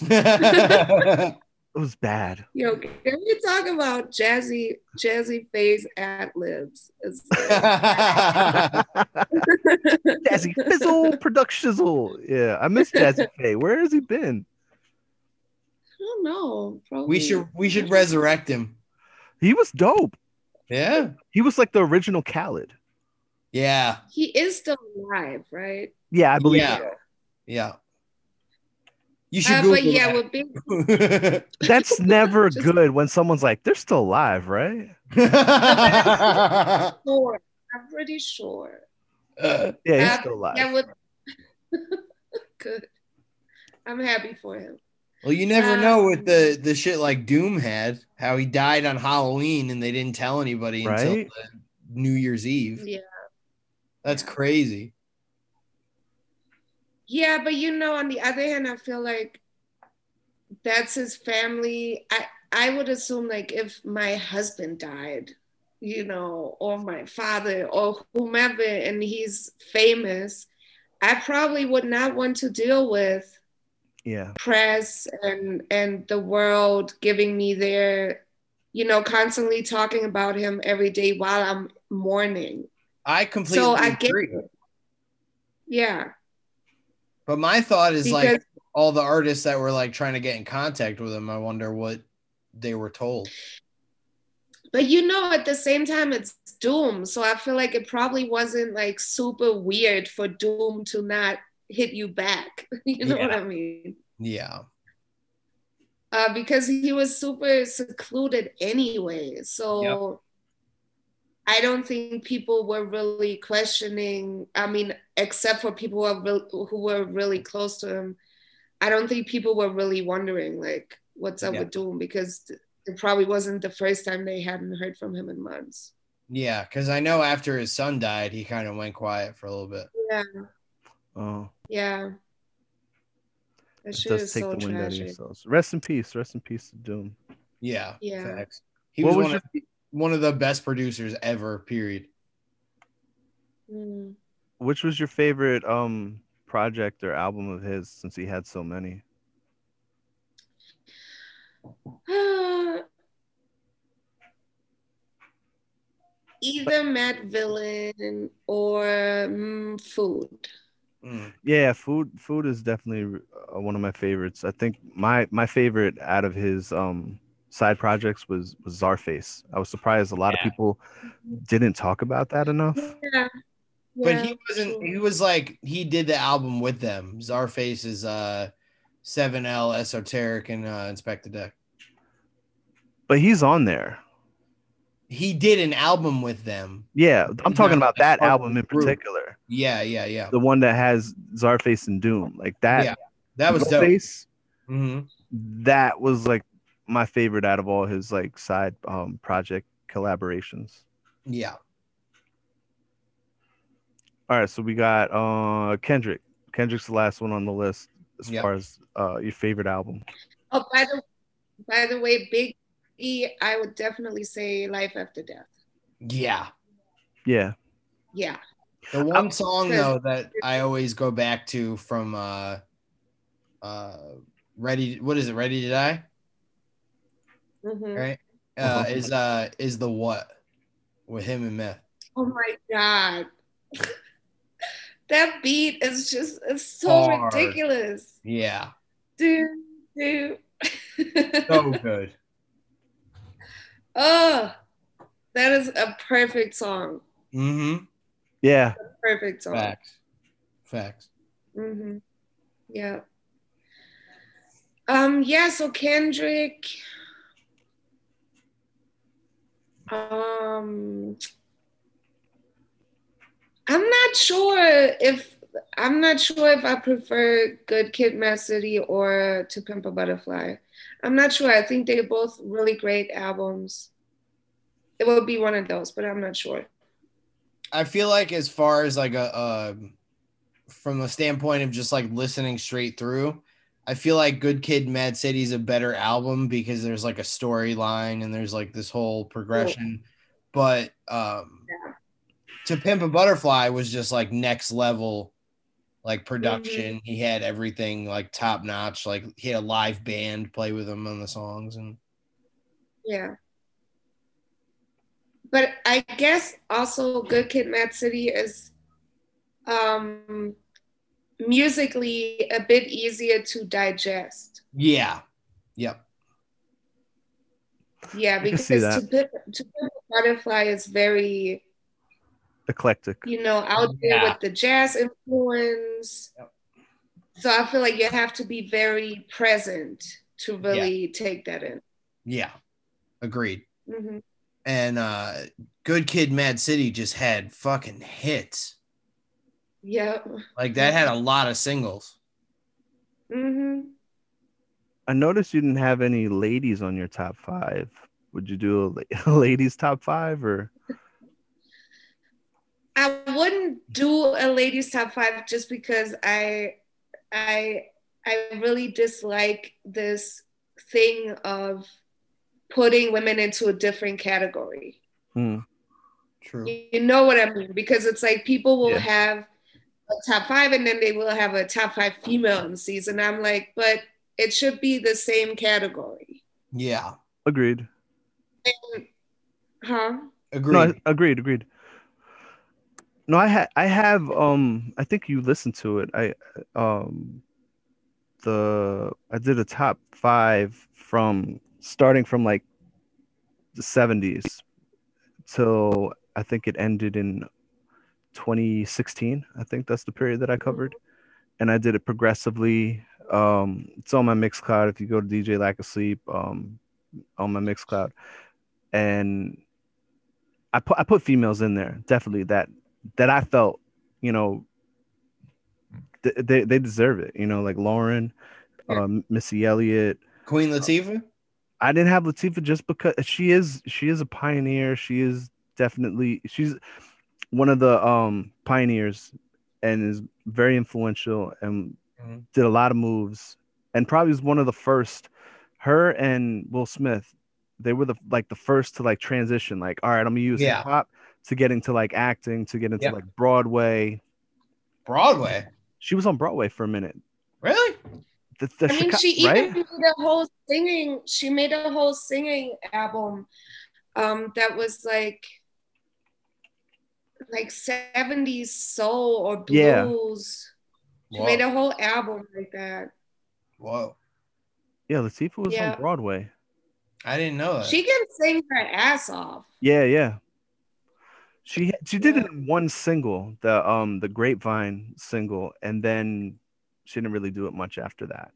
it was bad.
Yo, can we talk about Jazzy Jazzy Phase ad libs?
Jazzy Fizzle, production shizzle. Yeah, I miss Jazzy Faye. Where has he been?
I don't know. Probably.
We should we should resurrect him.
He was dope.
Yeah.
He was like the original Khaled.
Yeah.
He is still alive, right?
Yeah, I believe.
Yeah.
So.
Yeah. You should. Uh,
but yeah, that. Big-
that's never Just... good when someone's like, "They're still alive, right?"
I'm sure. I'm pretty sure.
Uh, yeah, he's uh, still alive.
Yeah, with... (laughs) good. I'm happy for him.
(laughs) Well, you never know with the the shit like Doom had how he died on Halloween and they didn't tell anybody right? until New Year's Eve.
Yeah,
that's crazy.
Yeah, but you know, on the other hand, I feel like that's his family. I I would assume like if my husband died, you know, or my father or whomever, and he's famous, I probably would not want to deal with
yeah
press and and the world giving me their you know constantly talking about him every day while i'm mourning
i completely so i get it.
yeah
but my thought is because, like all the artists that were like trying to get in contact with him i wonder what they were told
but you know at the same time it's doom so i feel like it probably wasn't like super weird for doom to not hit you back. (laughs) you know yeah. what I mean?
Yeah.
Uh, because he was super secluded anyway. So yep. I don't think people were really questioning. I mean, except for people who, re- who, were really close to him, I don't think people were really wondering, like, what's up yeah. with Doom? Because it probably wasn't the first time they hadn't heard from him in months.
Yeah, because I know after his son died, he kind of went quiet for a little bit.
Yeah.
Oh.
Yeah.
That it does take so the wind tragic. out of yourselves. Rest in peace. Rest in peace to Doom.
Yeah.
Yeah. Facts.
He was, was, one, your... of, one of the best producers ever, period.
Mm.
Which was your favorite um project or album of his since he had so many?
Uh, (gasps) either Mad Villain or mm, Food.
Mm. Yeah, food food is definitely uh, one of my favorites. I think my my favorite out of his um side projects was was Zarface. I was surprised a lot
Yeah.
of people
Mm-hmm.
didn't talk about that enough.
Yeah.
but he wasn't he was like he did the album with them zarface is uh 7l esoteric and uh inspect the deck
But he's on there.
he did an album with them
Yeah, I'm talking
No,
about that
that's
album in
Group.
particular,
yeah yeah yeah
the one that has Zarface and Doom, like that.
Yeah, that was dope
Zarface,
Mhm.
that was like my favorite out of all his like side um project collaborations.
yeah
All right, so we got uh Kendrick. Kendrick's the last one on the list as
Yep.
far as uh your favorite album.
Oh, by the by the way, Big E, I would definitely say Life After Death.
yeah
Yeah.
Yeah.
the one song
says-
though that i always go back to from uh uh ready what is it ready to die
Mm-hmm.
Mhm.
right uh is uh is the what with him and meth
Oh my god. (laughs) that beat is just it's so
Hard.
ridiculous.
yeah
Dude, dude.
so good
(laughs) oh, that is a perfect song.
mm-hmm
Yeah.
Perfect song.
facts facts
hmm Yeah. Um, yeah, so Kendrick. Um I'm not sure if I'm not sure if I prefer Good Kid Mad City or To Pimp a Butterfly. I'm not sure. I think they're both really great albums. It will be one of those, but I'm not sure.
I feel like as far as like a uh, from the standpoint of just like listening straight through, I feel like Good Kid, Mad City is a better album because there's like a storyline and there's like this whole progression. But um, To Pimp a Butterfly was just like next level, like production. He had everything like top notch. Like he had a live band play with him on the songs, and
Yeah. But I guess also Good Kid Mad City is um musically a bit easier to digest.
yeah, yep,
Yeah,
can
because
see that.
to pimp, to pimp a butterfly is very,
Eclectic.
you know, out there
Yeah.
with the jazz influence.
Yep.
So I feel like you have to be very present to really take that in.
yeah, agreed.
hmm
and uh good kid mad city just had fucking hits
Yeah.
like that had a lot of singles
hmm
I noticed you didn't have any ladies on your top five. Would you do a, la- (laughs) a ladies top five or
I wouldn't do a ladies top five just because I I I really dislike this thing of putting women into a different category.
Hmm.
true
You know what I mean? Because it's like people will
Yeah.
have a top five and then they will have a top five female MCs. And I'm like, but it should be the same category.
yeah
agreed?
Huh?
agreed
No, I- agreed, agreed. No, I ha- I have um I think you listened to it. I um the I did a top five from starting from like the seventies till I think it ended in twenty sixteen. I think that's the period that I covered. And I did it progressively. Um it's on my Mixcloud if you go to DJ Lack of Sleep, um on my Mixcloud. And I put I put females in there definitely that that I felt you know th- they they deserve it you know like Lauren, um, Missy Elliott.
queen latifah
I didn't have Latifah just because she is she is a pioneer. She is definitely she's one of the um pioneers and is very influential and
Mhm.
did a lot of moves and probably was one of the first her and Will Smith they were the like the first to like transition like all right I'm gonna use
Yeah.
hip hop to get into like acting to get into
Yep.
like Broadway
broadway
she was on Broadway for a minute
really
the, the
I mean,
Chica-
she
right
even made a whole singing. She made a whole singing album um, that was like like seventies soul or
Yeah.
blues. She
whoa,
made a whole album like that.
whoa.
yeah Latifah was
Yeah.
on Broadway
I didn't know that.
She can sing her ass off.
Yeah, yeah. She she did it in one single, the um the Grapevine single, and then she didn't really do it much after that.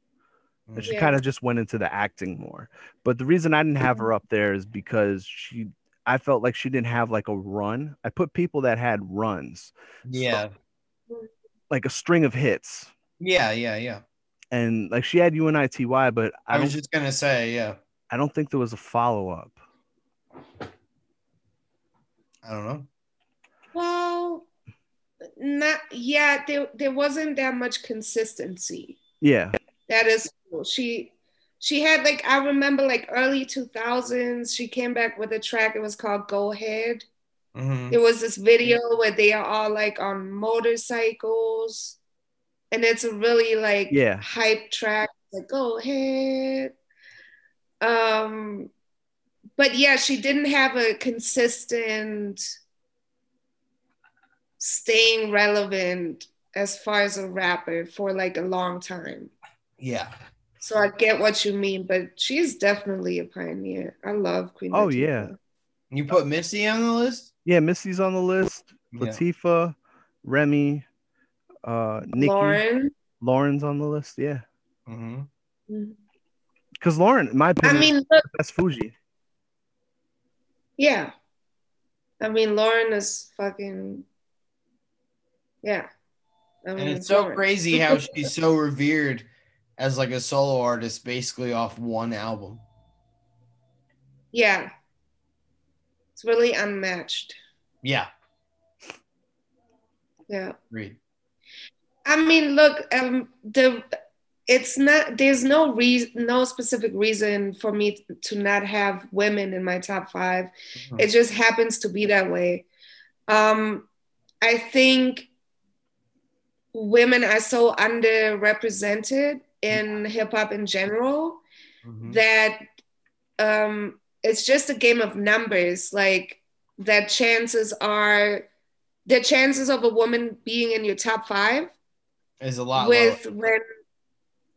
And she
Mm.
Yeah.
kind of just went into the acting more. But the reason I didn't have her up there is because she I felt like she didn't have like a run. I put people that had runs,
yeah.
like a string of hits.
Yeah, yeah, yeah.
And like she had UNITY, but
I
I don't
was just gonna say, yeah.
I don't think there was a follow up.
I don't know.
Well, not yeah. There there wasn't that much consistency.
Yeah.
That is true. She she had like I remember like early two thousands. She came back with a track. It was called Go Ahead.
Mhm.
It was this video where they are all like on motorcycles, and it's a really like
Yeah.
hype track. Like go ahead. Um, but yeah, she didn't have a consistent staying relevant as far as a rapper for like a long time.
Yeah.
So I get what you mean, but she's definitely a pioneer. I love Queen.
Oh,
Latifah.
yeah.
You put Missy on the list?
Yeah, Missy's on the list.
Yeah.
Latifa, Remy, uh Nikki,
Lauren.
Lauren's on the list. Yeah.
hmm
Because Lauren, in my
I
opinion,
mean, look,
that's Fuji.
yeah. I mean, Lauren is fucking. Yeah. I mean,
And it's so
Lauren. (laughs)
crazy how she's so revered as like a solo artist basically off one album.
Yeah. It's really unmatched.
Yeah,
Yeah.
agreed.
I mean, look, um, the it's not there's no reason, no specific reason for me to not have women in my top five.
Mhm.
It just happens to be that way. Um, I think women are so underrepresented in hip hop in general
Mhm.
that um, it's just a game of numbers. Like that chances are the chances of a woman being in your top five
Is a lot
with
lower.
when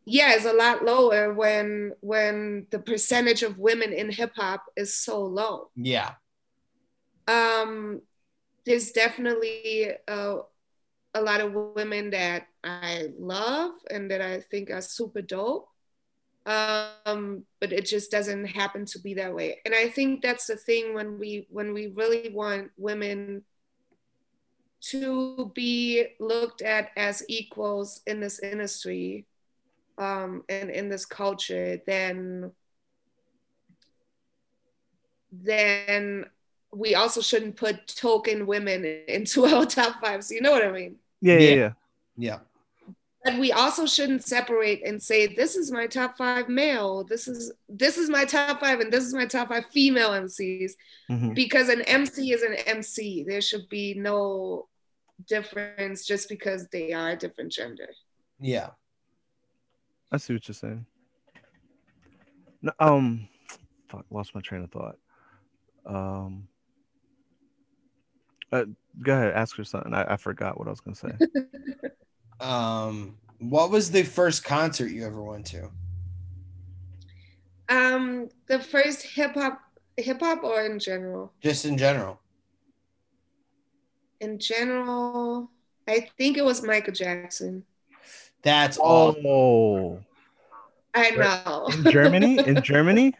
yeah it's a lot lower when when the percentage of women in hip hop is so low.
Yeah,
Um, there's definitely a, a lot of women that I love and that I think are super dope. Um, but it just doesn't happen to be that way. And I think that's the thing when we when we really want women to be looked at as equals in this industry um, and in this culture, then then we also shouldn't put token women into our top five. So you know what I mean?
Yeah, yeah,
Yeah.
yeah.
yeah,
But we also shouldn't separate and say this is my top five male, this is this is my top five, and this is my top five female MCs.
Mhm.
Because an MC is an MC. There should be no difference just because they are a different gender.
yeah.
I see what you're saying. No, um, fuck, lost my train of thought. Um, uh, go ahead, ask her something. I, I forgot what I was gonna
(laughs)
say.
Um, what was the first concert you ever went to?
Um, the first hip hop, hip hop or in general?
Just in general.
In general, I think it was Michael Jackson.
That's all.
oh,
I know. (laughs)
in (laughs) Germany? In Germany?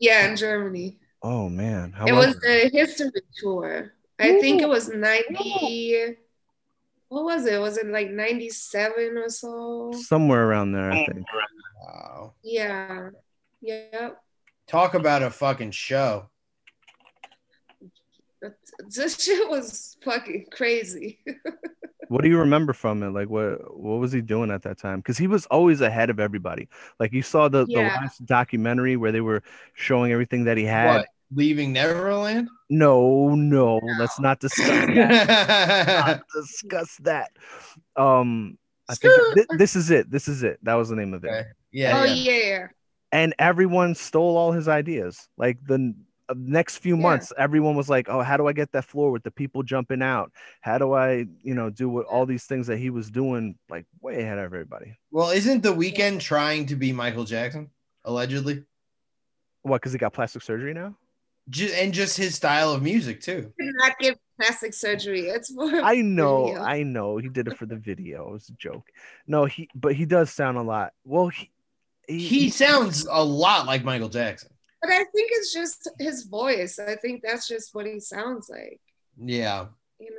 yeah, in Germany.
Oh man, how
It was
was it?
the history tour. I think it was 90. What was it? Was it like 97 or so?
Somewhere around there, I think.
Wow.
Yeah. Yep.
Talk about a fucking show.
This (laughs) shit was fucking crazy.
What do you remember from it? Like, what what was he doing at that time? Because he was always ahead of everybody. Like, you saw the,
Yeah.
the last documentary where they were showing everything that he had.
What? Leaving Neverland?
No, no, let's not
(laughs)
discuss that. not discuss that. Um, I think thi- this is it. This is it. That was the name of it.
Okay.
oh,
yeah, yeah.
yeah.
And everyone stole all his ideas. Like the n- uh, next few
Yeah.
months, everyone was like, "Oh, how do I get that floor with the people jumping out? How do I, you know, do what all these things that he was doing? Like way ahead of everybody."
Well, isn't the weekend trying to be Michael Jackson allegedly?
What? Because he got plastic surgery now.
Just, and just his style of music too.
Did not give plastic surgery. It's for
I know,
video.
I know. He did it for the video. It was a joke. No, he, but he does sound a lot. Well, he,
He sounds a lot like Michael Jackson.
But I think it's just his voice. I think that's just what he sounds like.
Yeah.
You know,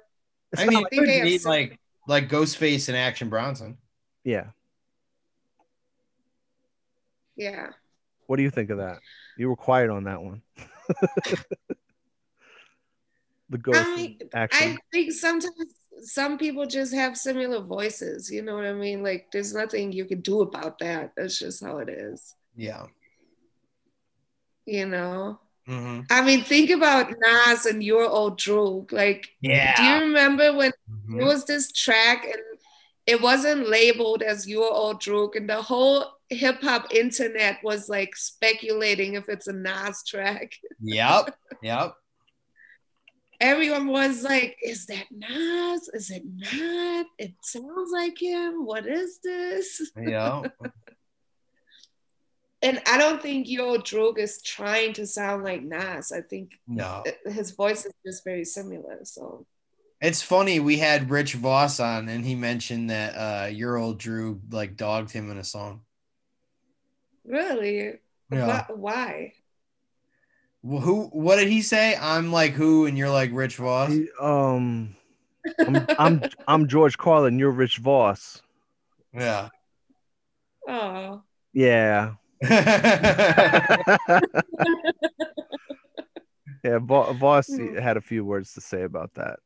it's
I
not
mean,
like-
you would
they have
need,
some-
like like Ghostface and Action Bronson.
yeah.
Yeah.
What do you think of that? You were quiet on that one. (laughs) the ghost
I mean,
action.
I think sometimes some people just have similar voices. You know what I mean? Like, there's nothing you can do about that. That's just how it is.
Yeah.
You know?
hmm
I mean, think about Nas and your old Drew. Like, do you remember when
Mm-hmm.
there was this track and it wasn't labeled as your old Druk, and the whole hip hop internet was like speculating if it's a Nas track.
Yep. Yep.
Everyone was like, "Is that Nas? Is it not? It sounds like him. What is this?"
Yep.
And I don't think Yo Druk is trying to sound like Nas. I think
No.
it- his voice is just very similar. So
It's funny. We had Rich Voss on, and he mentioned that uh, your old Drew like dogged him in a song.
really,
Yeah.
wh- why?
Well, who? What did he say? I'm like who, and you're like Rich Voss.
He- um, I'm, I'm I'm George Carlin. You're Rich Voss.
Yeah.
Oh.
Yeah. yeah. Vo- Voss
Hmm.
had a few words to say about that.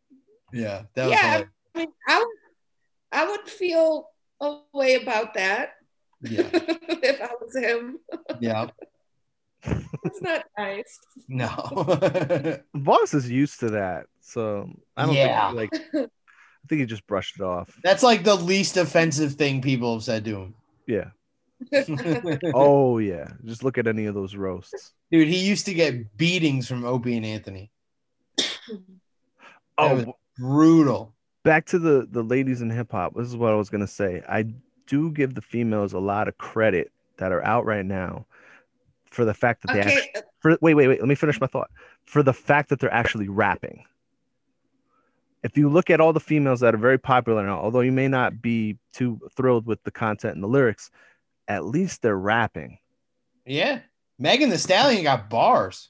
yeah. That was
Yeah.
yeah.
I mean, I would, I would feel a way about that (laughs)
Yeah.
if I was him.
Yeah.
It's not nice. (laughs)
No. (laughs)
Voss is used to that, so I don't
Yeah. (laughs)
think he, like. I think he just brushed it off.
That's like the least offensive thing people have said to
Yeah.
him. (laughs)
Oh yeah. Just look at any of those roasts.
Dude, he used to get beatings from Opie and Anthony.
Oh,
was- Brutal.
back to the the ladies in hip hop. This is what I was gonna say. I do give the females a lot of credit that are out right now for the fact that they
Okay,
actually, for wait wait wait. Let me finish my thought. For the fact that they're actually rapping. If you look at all the females that are very popular now, although you may not be too thrilled with the content and the lyrics, at least they're rapping.
Yeah. Megan the Stallion got bars.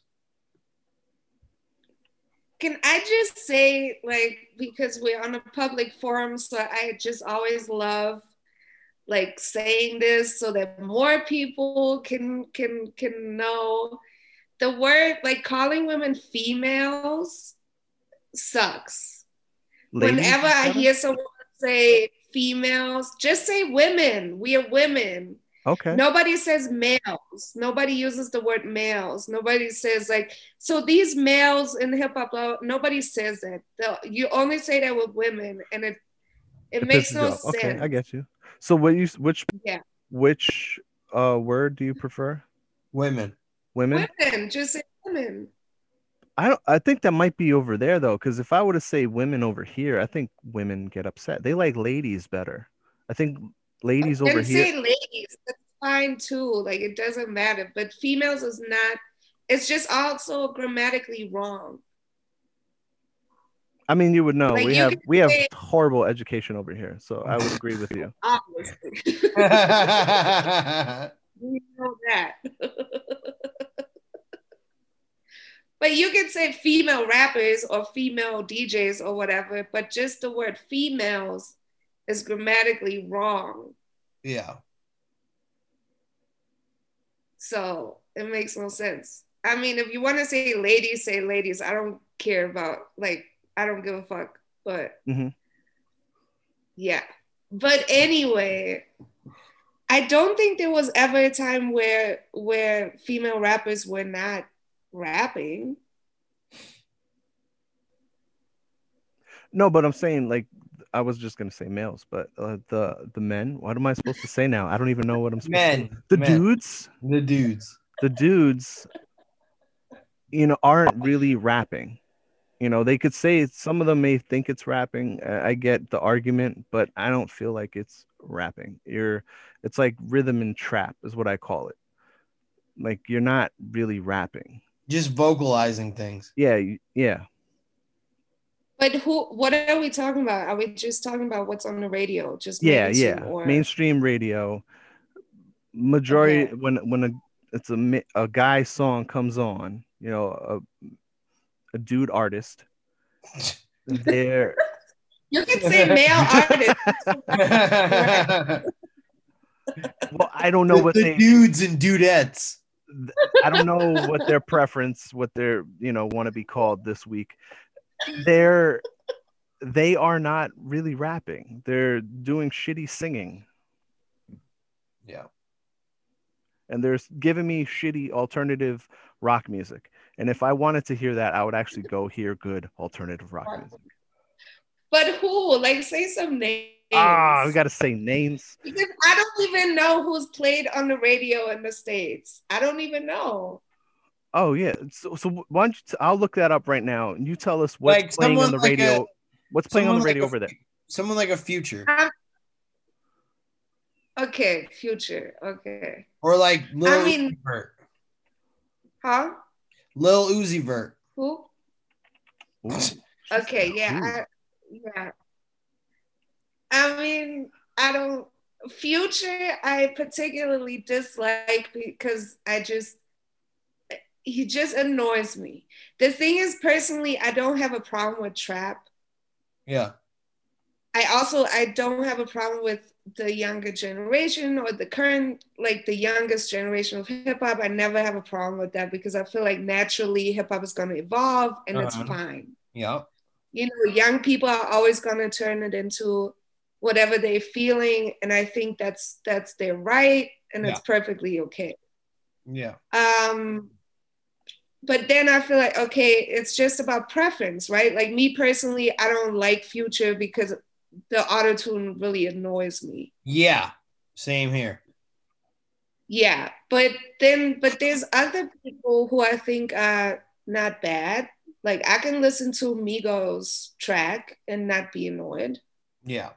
can I just say, like, because we're on a public forum, so I just always love like saying this so that more people can can can know the word like calling women females sucks
Ladies,
Whenever I
rather?
hear someone say females, just say women. We are women.
okay,
Nobody says males. Nobody uses the word males. Nobody says like so these males in hip hop. blah, blah, Nobody says that. The- you only say that with women, and it it, makes
pisses
no
you off.
sense.
Okay, I get you. So what you which
Yeah.
which uh word do you prefer?
(laughs) Women.
Women?
Women, just say women.
I don't I think that might be over there though, because if I were to say women over here, I think women get upset. They like ladies better. I think ladies over
and say
here.
ladies. That's fine too. Like it doesn't matter. But females is not. It's just also grammatically wrong.
I mean, you would know
like,
we
you
have
could
we have
say-
horrible education over here, so I would agree with
(laughs)
you.
Obviously,
yeah.
we know that. (laughs) But you can say female rappers or female DJs or whatever, but just the word females is grammatically wrong. So it makes no sense. I mean, if you want to say ladies, say ladies. I don't care about, like, I don't give a fuck. But
Mhm.
yeah. But anyway, I don't think there was ever a time where where female rappers were not rapping.
No, but I'm saying like I was just gonna say males, but uh, the the men. What am I supposed to say now? I don't even know what I'm supposed to.
Men.
The
men.
dudes.
The dudes.
the dudes you know aren't really rapping you know they could say some of them may think it's rapping uh, i get the argument but i don't feel like it's rapping you're it's like rhythm and trap is what i call it Like you're not really rapping.
Just vocalizing (laughs) things.
Yeah, you- yeah.
But who? What are we talking about? Are we just talking about what's on the radio? Just
yeah
mainstream
yeah
or-
mainstream radio majority
Okay.
when when a it's a mi- a guy song comes on you know a, a dude
(laughs)
artist there
you can say
(laughs)
male artist.
the
well i don't know what
the
they
dudes and dudettes.
i don't know what their preference what their you know want to be called this week they're they are not really rapping they're doing shitty singing
Yeah.
and there's giving me shitty alternative rock music. And if I wanted to hear that, I would actually go hear good alternative rock
Right.
music.
But who? Like, say some names.
Ah, we got to say names.
Because I don't even know who's played on the radio in the states. I don't even know.
Oh yeah. So, so why don't you t- I'll look that up right now, and you tell us what's
Like
playing on
someone
the
like
radio.
a-
what's playing on the
someone like
radio
a-
over there?
Someone like a future
Okay, future. Okay,
or like Lil
I mean-
Uzi Vert.
huh?
Lil Uzi Vert.
Who?
Ooh, she's
(laughs)
Okay,
like,
yeah,
ooh.
I, yeah. I mean, I don't. Future, I particularly dislike because I just he just annoys me. The thing is, personally, I don't have a problem with trap.
Yeah.
I also I don't have a problem with the younger generation or the current like the youngest generation of hip hop. I never have a problem with that because I feel like naturally hip hop is going to evolve and it's
Uh-huh.
fine.
Yeah.
You know, young people are always going to turn it into whatever they're feeling and I think that's that's their right and it's perfectly okay.
Yeah.
Um, but then I feel like okay, it's just about preference, right? Like me personally, I don't like Future because the auto tune really annoys me.
Yeah. Same here.
Yeah, but then but there's other people who I think are not bad. Like I can listen to Migos track and not be annoyed.
Yeah.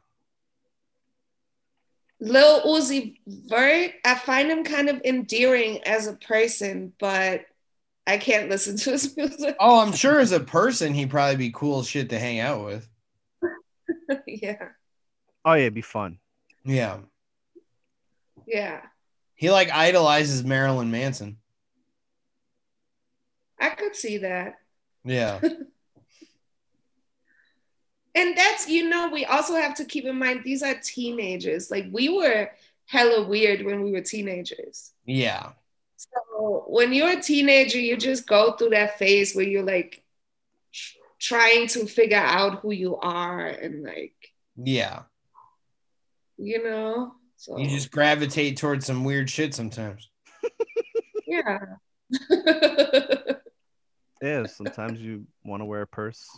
Lil Uzi Vert, I find him kind of endearing as a person, but I can't listen to his (laughs) music.
Oh, I'm sure as a person, he'd probably be cool as shit to hang out with.
yeah,
Oh yeah, it'd be fun.
Yeah.
yeah.
He like idolizes Marilyn Manson.
I could see that.
(laughs) Yeah.
And that's, you know, we also have to keep in mind these are teenagers. Like we were hella weird when we were teenagers.
Yeah.
So when you're a teenager, you just go through that phase where you're like tr- trying to figure out who you are and like,
Yeah.
you know? So
You just gravitate towards some weird shit sometimes.
yeah. (laughs)
Yeah, sometimes you want to wear a purse.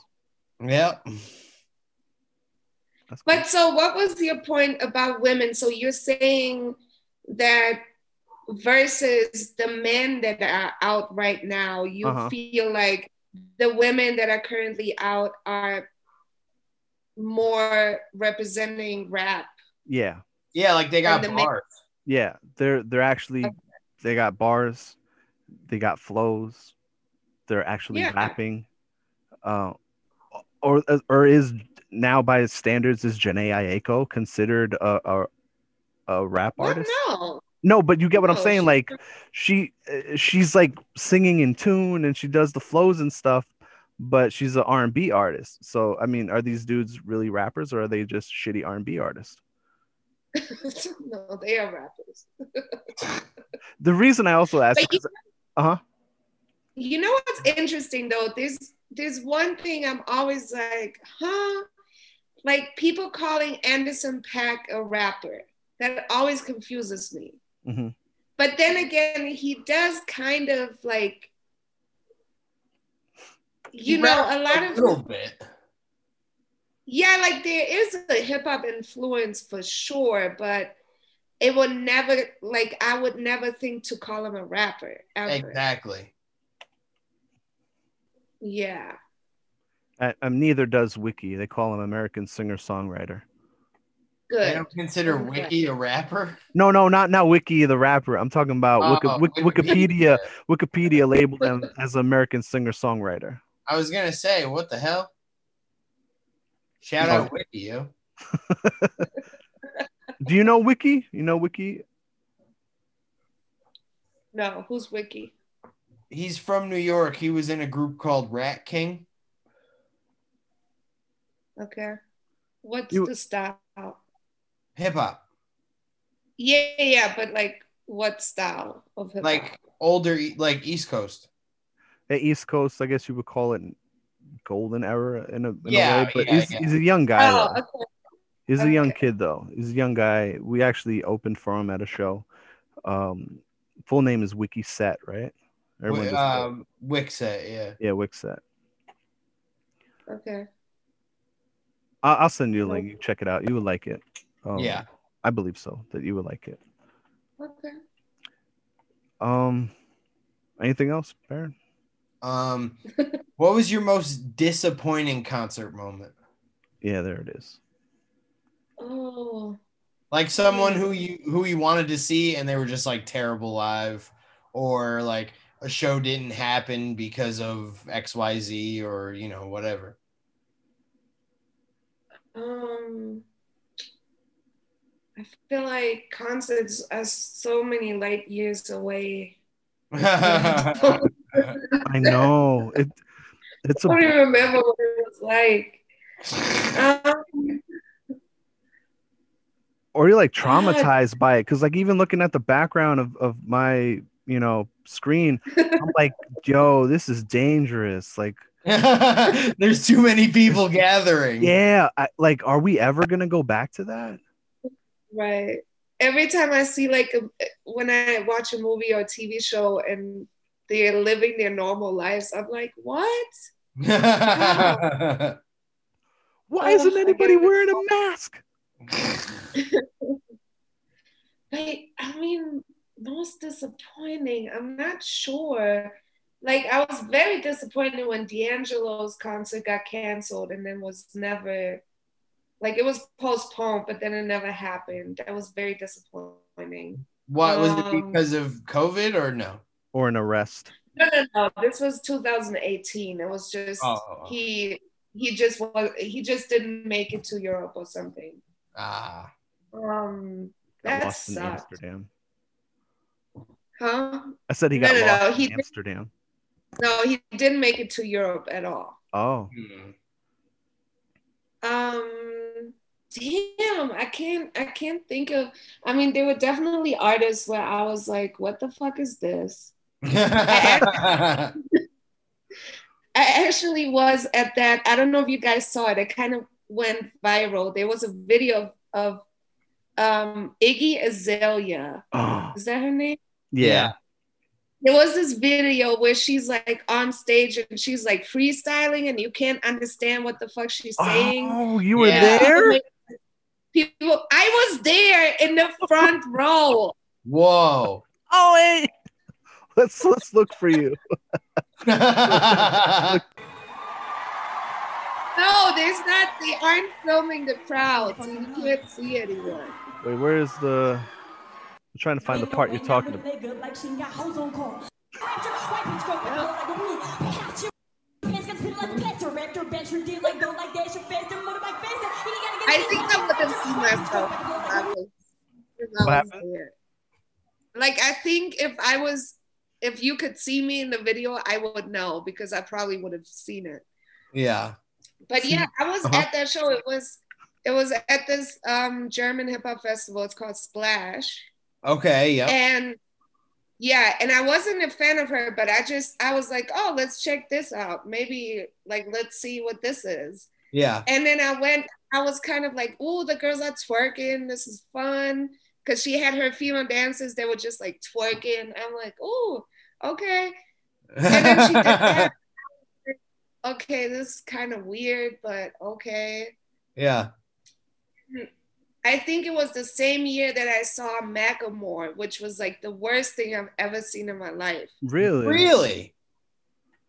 Yeah.
That's cool.
but so what was your point about women? So you're saying that versus the men that are out right now, you
Uh-huh.
feel like the women that are currently out are more representing rap.
yeah,
Yeah. Like they got
And the ma-
bars.
yeah, they're they're actually
Okay.
they got bars, they got flows, they're actually
Yeah.
rapping, uh, or or is now by its standards is Janae Aiko considered a a, a rap
Well,
artist?
no. (laughs)
No, but you get what I'm
No,
saying.
she-
Like she uh, she's like singing in tune and she does the flows and stuff, but she's an R&B artist. So I mean, are these dudes really rappers or are they just shitty R&B artists?
no, they are rappers.
The reason I also asked,
But you-
uh huh,
You know what's interesting though? There's there's one thing I'm always like, huh? Like people calling Anderson Pack a rapper. That always confuses me.
hmm
But then again, he does kind of like you
He
know,
raps
a lot of
a little bit.
yeah, like there is a hip hop influence for sure, but it would never like I would never think to call him a rapper ever.
Exactly.
Yeah.
Uh, I, um, neither does Wiki. They call him American singer songwriter.
Good.
I don't consider
Okay.
Wiki a rapper.
No, no, not not Wiki the rapper. I'm talking about Wiki,
Oh,
Wik- Wikipedia. Wikipedia labeled them as American singer songwriter.
I was gonna say, what the hell? Shout out Wiki, yo.
Do you know Wiki? You know Wiki?
No, who's Wiki?
He's from New York. He was in a group called Rat King.
Okay. What's
You-
the style?
Hip hop.
Yeah, yeah, but like what style of hip
Like older E, like East Coast.
The East Coast, I guess you would call it golden era in a, in
Yeah,
a way. But
yeah,
he's,
yeah.
he's a young guy.
Oh,
though.
okay.
He's a young
Okay.
kid though. He's a young guy. We actually opened for him at a show. Um, full name is Wiki Set, right? Everyone just call-
Um, Wixet, yeah.
yeah, Wick Set.
Okay.
I- I'll send you a link. You check it out. You would like it. Um,
Yeah.
I believe so. That you would like it.
Okay.
Um, anything else, Baron?
(laughs)
Um, what was your most disappointing concert moment?
Yeah, there it
(laughs)
is.
Oh.
Like someone who you who you wanted to see and they were just like terrible live, or like a show didn't happen because of X Y Z or you know whatever. (laughs)
Um I feel like concerts are so many light years away. I
yeah,
don't
I know it. It's a
even remember what it was like. Um,
or you're
(laughs)
like traumatized by it because like even looking at the background of, of my you know screen i'm
(laughs)
like yo this is dangerous like
there's too many
(laughs)
people gathering.
yeah I, like are we ever gonna go back to that
Right. Every time I see like a, when I watch a movie or a TV show and they're living their normal lives, I'm like, what?
why isn't
Ugh, Oh, I
anybody
get it.
wearing a mask
But I mean, most disappointing. I'm not sure. Like I was very disappointed when D'Angelo's concert got canceled and then was never like it was postponed, but then it never happened. That was very disappointing.
(laughs) what was it
Um,
because of COVID or no?
or an arrest
No, no, no. This was 2018. It was just
Oh, oh, oh.
he he just was he just didn't make it to Europe or something.
Ah,
Um,
Got
that
lost in
sucked,
amsterdam
huh?
i said he
No,
got
no,
lost
no,
in
he did-
amsterdam
No, he didn't make it to Europe at all.
oh
(laughs) Hmm.
Um, damn, I can't I can't think of. I mean, there were definitely artists where I was like, "What the fuck is this?"
yeah,
I actually was at that. I don't know if you guys saw it. It kind of went viral. There was a video of um, Iggy Azalea.
oh
Is that her name?
yeah
There was this video where she's like on stage and she's like freestyling, and you can't understand what the fuck she's saying.
oh you were
Yeah.
there
(laughs) People, I was there in the front row.
Whoa. (laughs)
oh hey let's let's look for you
No, there's not. They aren't filming the crowd, so you can't see anyone.
wait where is the i'm trying to find the part you're talking about
I think I would have seen myself if I was, if I
What
was there. Like I think if I was, if you could see me in the video, I would know because I probably would have seen it.
yeah.
But yeah, I was
Uh-huh.
at that show. It was, it was at this um, German hip hop festival. It's called Splash,
Okay. Yep.
and yeah, and I wasn't a fan of her, but I just I was like, oh, let's check this out. Maybe like let's see what this is.
Yeah.
And then I went, I was kind of like, oh, the girls are twerking. This is fun. Cause she had her female dancers that were just like twerking. I'm like, oh, okay. And then she
(laughs)
did that. okay, this is kind of weird, but okay.
yeah.
I think it was the same year that I saw Macklemore, which was like the worst thing I've ever seen in my life.
really
Really?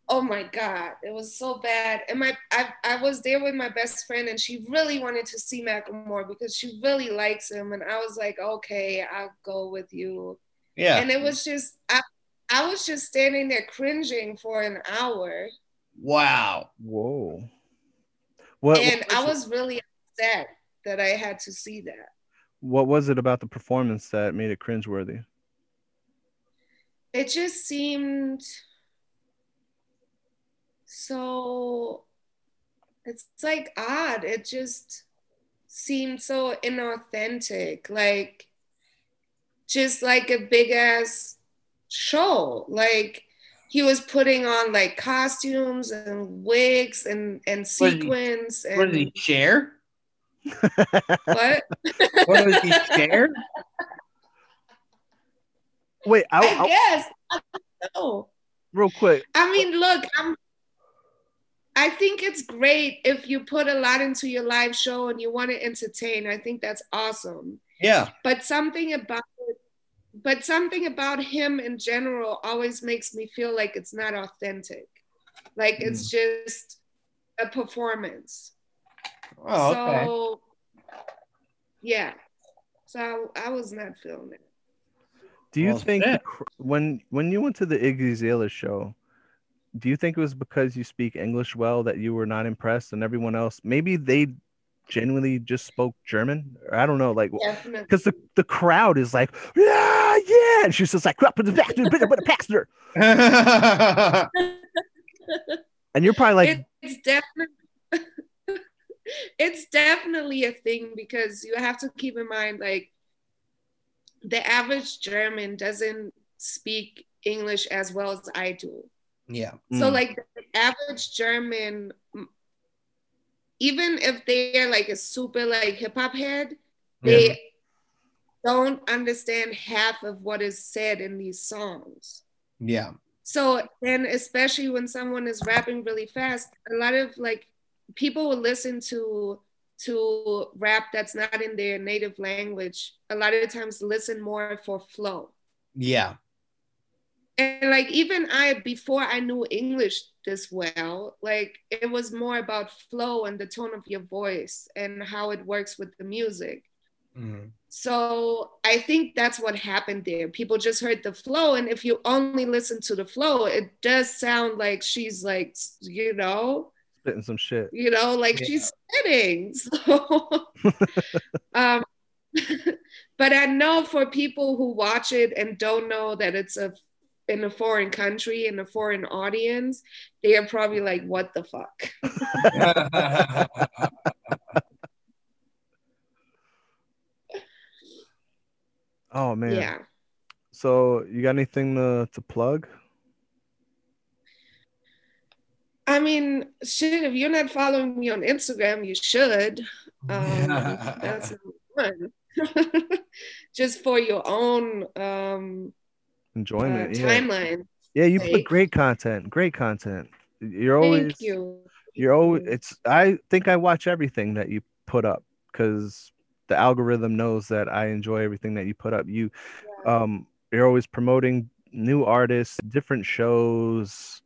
oh my god it was so bad and my I, I was there with my best friend and she really wanted to see macklemore because she really likes him and i was like okay i'll go with you
Yeah.
and it was just i i was just standing there cringing for an hour
wow.
Whoa. What,
and
what,
i
was it,
was really upset that i had to see that
what was it about the performance that made it cringeworthy?
it just seemed so it's like odd it just seemed so inauthentic like just like a big ass show like he was putting on like costumes and wigs and and
Was he-
sequins
What did he
and
share? (laughs)
what
What did he share?
Wait, I,
I
I,
guess I don't know
real quick.
I mean, look, I'm. I think it's great if you put a lot into your live show and you want to entertain. I think that's awesome.
Yeah.
But something about it, but something about him in general always makes me feel like it's not authentic. Like it's
Hmm.
just a performance.
Oh, okay.
So yeah. So I, I was not feeling it.
Do you
Well,
think
shit.
the cr- when when you went to the Iggy Azalea show, do you think it was because you speak English well that you were not impressed, and everyone else maybe they genuinely just spoke German? Or I don't know, like
Definitely.
because the, the crowd is like, yeah, yeah, and she's just like, "Up in the back, dude, bigger, but a pastor, and you're probably like,
it's definitely (laughs) it's definitely a thing because you have to keep in mind like the average german doesn't speak english as well as i do
(laughs) yeah.
so
"Mm,
like the average german m- even if they're like a super like hip hop head they don't understand half of what is said in these songs
Yeah.
so and especially when someone is rapping really fast, a lot of like people will listen to to rap that's not in their native language. A lot of times listen more for flow.
Yeah.
And like even I before I knew English this well, like it was more about flow and the tone of your voice and how it works with the music.
Mhm.
So I think that's what happened there. People just heard the flow, and if you only listen to the flow, it does sound like she's like, you know,
spitting some shit."
you know, like
Yeah.
she's spitting. (laughs) So, um, (laughs) but I know for people who watch it and don't know that it's a in a foreign country in a foreign audience, they are probably like, "What the fuck."
Oh man!
Yeah.
So you got anything to, to plug?
I mean, shit, if you're not following me on Instagram, you should. (laughs) Um, that's (laughs) number one. Just for your own um, uh,
Enjoying it, yeah.
timeline.
yeah, you put
like-
great content. Great content. You're always
Thank you.
You're always
Mhm.
it's I think I watch everything that you put up because the algorithm knows that I enjoy everything that you put up. You um you're always promoting new artists, different shows,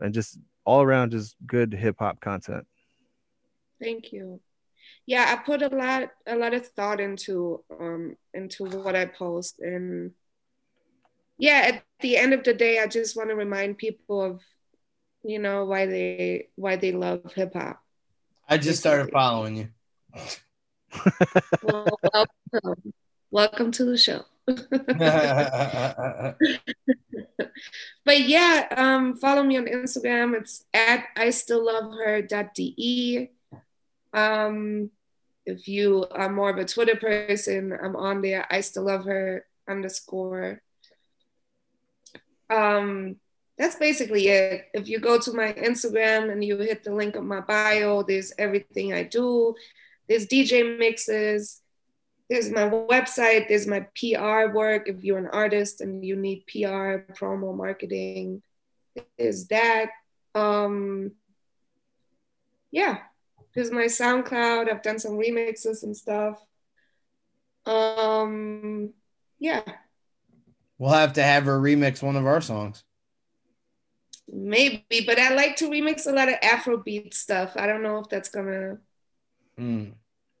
and just all around just good hip hop content.
Thank you. Yeah, I put a lot, a lot of thought into um, into what I post, and yeah, at the end of the day, I just want to remind people of, you know, why they why they love
(laughs)
hip hop.
(laughs) I just started following
(laughs)
you. (laughs)
Well, welcome, welcome to the show. (laughs) but yeah, um, follow me on Instagram. It's at I still love her de. Um, if you are more of a Twitter person, I'm on there. I still love her underscore. Um, that's basically it. If you go to my Instagram and you hit the link of my bio, there's everything I do. There's DJ mixes there's my website there's my pr work if you're an artist and you need pr promo marketing there's that um yeah there's my soundcloud i've done some remixes and stuff um yeah
we'll have to have her remix one of our songs.
Maybe, but I like to remix a lot of Afrobeat stuff. I don't know if that's gonna (laughs)
Mm.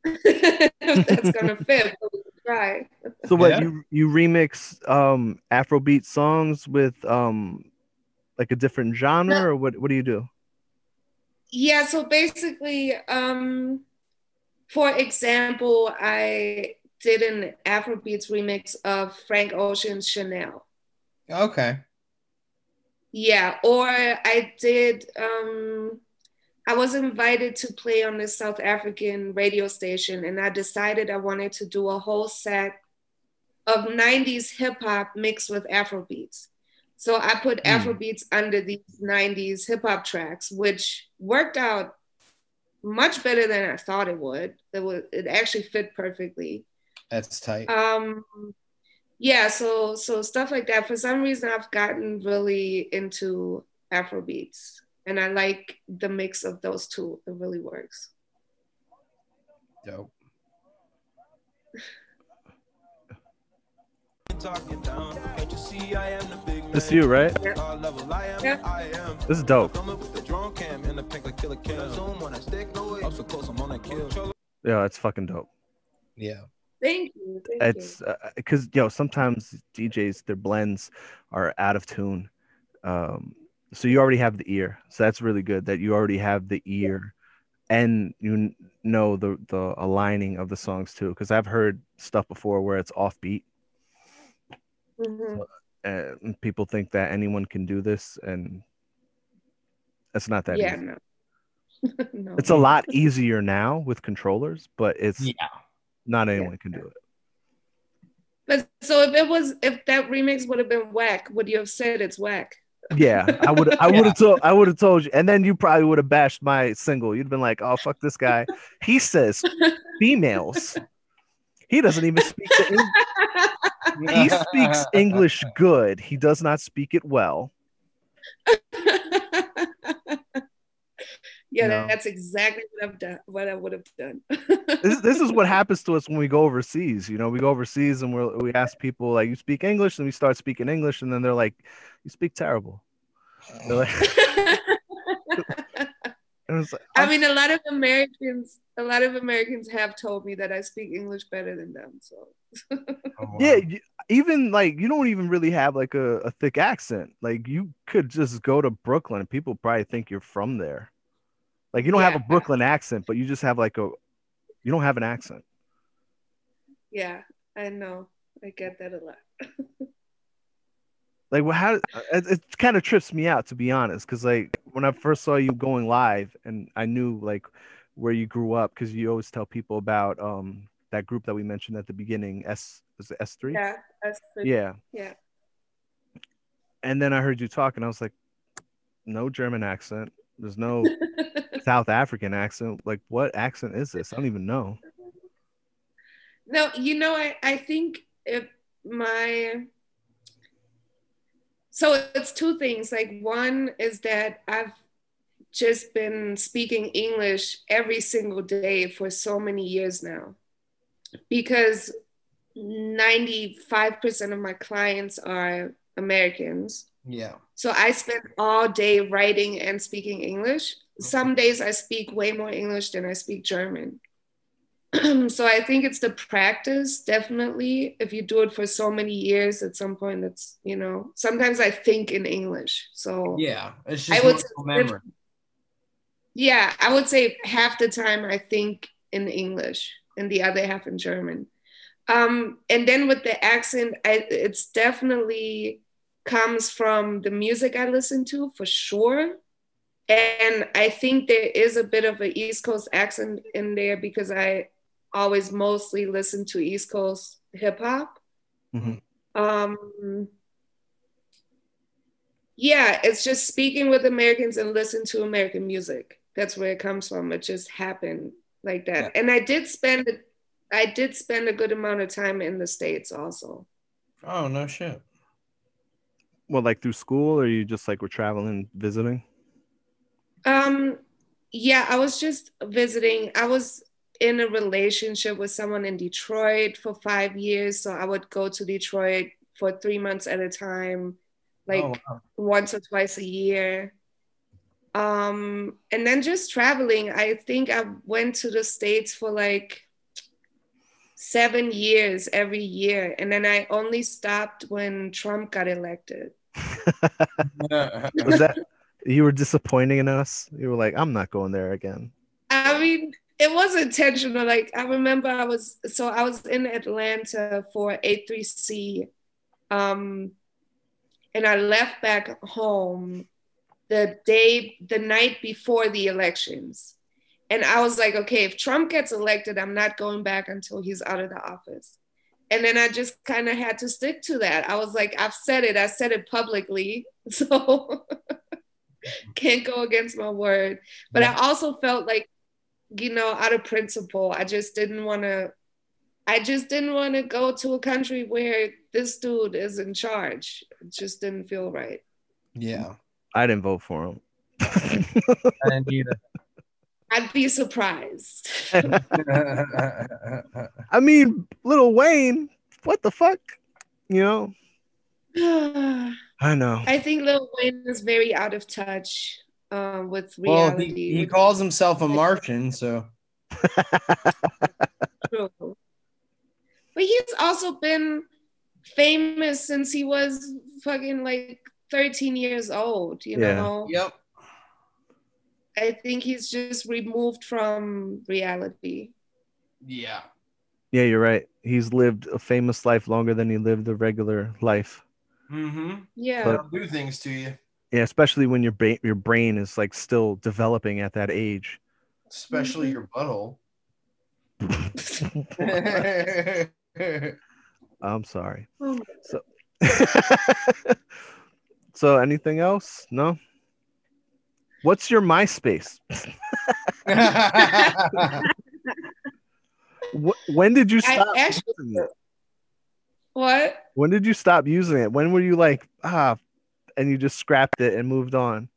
if that's gonna fit, but we can try.
So what
Yeah.
you you remix um Afrobeat songs with um like a different genre
No.
or what what do you do?
Yeah, so basically, um, for example, I did an Afrobeats remix of Frank Ocean's Chanel.
Okay.
Yeah, or I did. Um, I was invited to play on this South African radio station, and I decided I wanted to do a whole set of 90s hip hop mixed with Afrobeats. So I put
Hmm.
Afrobeats under these 90s hip hop tracks, which worked out much better than I thought it would. It, was, it actually fit perfectly
That's tight.
um yeah so so stuff like that for some reason i've gotten really into afro beats and i like the mix of those two it really works
Dope.
talking down. But you see, I am the big man.
This you, right?
All level, I am,
Yeah.
I am.
This is dope.
Coming with the drone cam and the pink like killer cam. Zoom when I stick away. Up so close, I'm on a kill.
Yeah, it's fucking dope.
(laughs)
Yeah.
thank you thank you.
It's because yo sometimes DJs their blends are out of tune. Um, so you already have the ear, so that's really good that you already have the ear, and you kn- know the the aligning of the songs too. Because I've heard stuff before where it's offbeat,
Mhm.
and people think that anyone can do this, and it's not that
yeah
easy.
no no (laughs)
It's a lot easier now with controllers, but it's
Yeah.
not anyone can do it.
but so if it was if that remix would have been whack would you have said it's whack (laughs)
Yeah, I would. I would have told. I would have told you, and then you probably would have bashed my single. You'd have been like, "Oh fuck this guy." He says females. He doesn't even speak. The Eng- he
(laughs)
speaks English good. He does not speak it well.
yeah
No.
that's exactly what i've done what i would have done
This, this is what happens to us when we go overseas. You know, we go overseas and we are we ask people like, "You speak English?" and we start speaking English, and then they're like, "You speak terrible." They're like, (laughs) and it's like,
I mean, a lot of Americans, a lot of Americans have told me that I speak English better than them. So
Oh, wow.
Yeah, you, even like you don't even really have like a, a thick accent. Like you could just go to Brooklyn and people probably think you're from there. Like you don't have a
Yeah.
Brooklyn accent, but you just have like a you don't have an accent.
yeah, I know I get that a lot.
Like well, how uh, it, it kind of trips me out to be honest, because like when I first saw you going live and I knew like where you grew up, because you always tell people about um that group that we mentioned at the beginning, S was it S three?
Yeah, that's pretty-
Yeah.
Yeah.
And then I heard you talk, and I was like, no German accent. There's no
(laughs)
South African accent. Like, what accent is this? I don't even know.
no, you know, I I think if my so it's two things. Like one is that I've just been speaking English every single day for so many years now, because 95% of my clients are Americans.
Yeah.
So I spend all day writing and speaking English. Some days I speak way more English than I speak German. (clears throat) so I think it's the practice, definitely. If you do it for so many years, at some point, it's, you know, sometimes I think in English. So
Yeah. It's
I
just
would
muscle memory.
yeah, I would say half the time I think in English and the other half in German. Um, and then with the accent, I, it's definitely comes from the music I listen to for sure. And I think there is a bit of an East Coast accent in there because I always mostly listen to East Coast hip hop.
Mhm.
Um, yeah, it's just speaking with Americans and listen to American music. That's where it comes from. It just happened like that.
Yeah.
And I did spend I did spend a good amount of time in the States also.
Oh no shit.
Well, like through school, or you just like were traveling, visiting?
Um yeah, I was just visiting. I was in a relationship with someone in Detroit for 5 years, so I would go to Detroit for 3 months at a time like
Oh, wow.
once or twice a year. Um, and then just traveling. I think I went to the States for like seven years every year. And then I only stopped when Trump got elected.
Was that you were disappointing in us? You were like, I'm not going there again.
I mean, it was intentional. Like I remember I was so I was in Atlanta for A3C. Um and I left back home the day the night before the elections. And I was like, okay, if Trump gets elected, I'm not going back until he's out of the office. And then I just kind of had to stick to that. I was like, I've said it, I said it publicly. (laughs) So can't go against my word. But I also felt like you know, out of principle. I just didn't want to. I just didn't want to go to a country where this dude is in charge. It just didn't feel right.
(laughs) yeah.
I didn't vote for him. (laughs)
I'd be surprised. (sighs)
(laughs)
I mean, little Wayne, what the fuck? You know,
I
I know.
think Lil Wayne is very out of touch uh, with
well,
reality.
he, he calls himself a Martian, so
True. But he's also been famous since he was fucking like 13 years old, you
Yeah.
know?
yep.
I think he's just removed from reality.
Yeah.
Yeah, you're right. He's lived a famous life longer than he lived a regular life.
Mm-hmm.
Yeah.
But-
do things to you,
Yeah, especially when your ba- your brain is like still developing at that age.
especially
Mm-hmm.
your butthole.
I'm sorry.
Oh my
(laughs) so anything else? No. What's your MySpace? Wh- when did you
I
stop
actually-
using it?
What?
When did you stop using it? When were you like ah, and you just scrapped it and moved
(laughs)
on?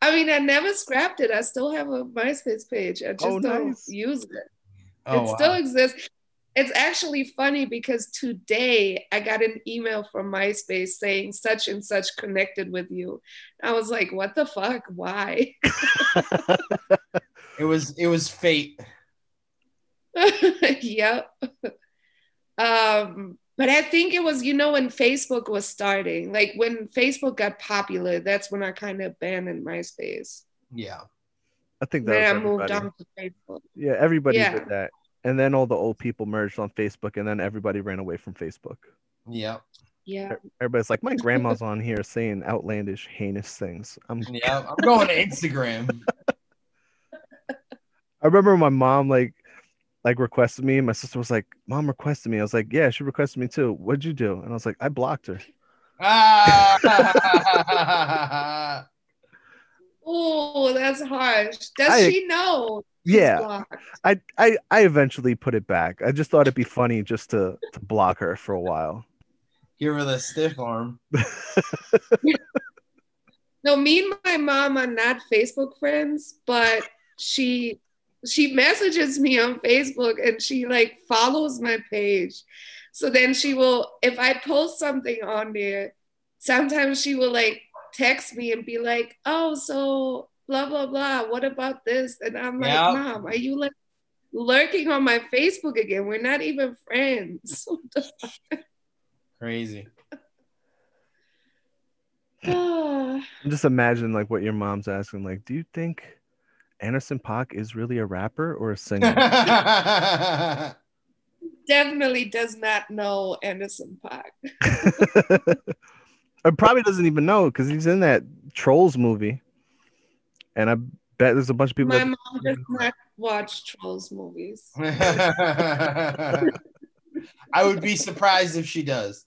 I mean, I never scrapped it. I still have a MySpace page. I just
Oh,
don't
nice.
use it.
(laughs) oh,
it
wow.
still exists. It's actually funny because today I got an email from MySpace saying such and such connected with you. I was like, what the fuck? Why? (laughs)
it was it was fate.
yep. Um, but I think it was, you know, when Facebook was starting, like when Facebook got popular, that's when I kind of abandoned MySpace.
Yeah.
I think that
Then I
was
moved
everybody.
on to Facebook.
Yeah, everybody
Yeah.
did that. And then all the old people merged on Facebook, and then everybody ran away from Facebook.
Yep.
Yeah.
Everybody's like, my grandma's on here saying outlandish, heinous things. Um, I'm
Yeah. I'm going to Instagram. (laughs)
I remember my mom like like requested me. and My sister was like, "Mom requested me." I was like, "Yeah, she requested me too." What'd you do? And I was like, "I blocked her."
Ah.
Oh, that's harsh. Does
I-
she know? she's
Yeah,
blocked?
I I I eventually put it back. I just thought it'd be funny just to to block her for a while.
(laughs) Give her the stiff arm.
No, me and my mom are not Facebook friends, but she she messages me on Facebook and she like follows my page. So then she will, if I post something on there, sometimes she will like text me and be like, "Oh, so blah blah blah. What about this?" And I'm like,
Yeah.
"Mom, are you like lurking on my Facebook again? We're not even friends." (laughs)
(laughs) Crazy.
Just imagine like what your mom's asking. Like, do you think Anderson Pac is really a rapper or
(laughs)
a singer?
Definitely does not know Anderson Park.
or probably doesn't even know because he's in that Trolls movie, and I bet there's a bunch of people.
My
that-
mom does not watch trolls movies. (laughs)
(laughs) I would be surprised if she does.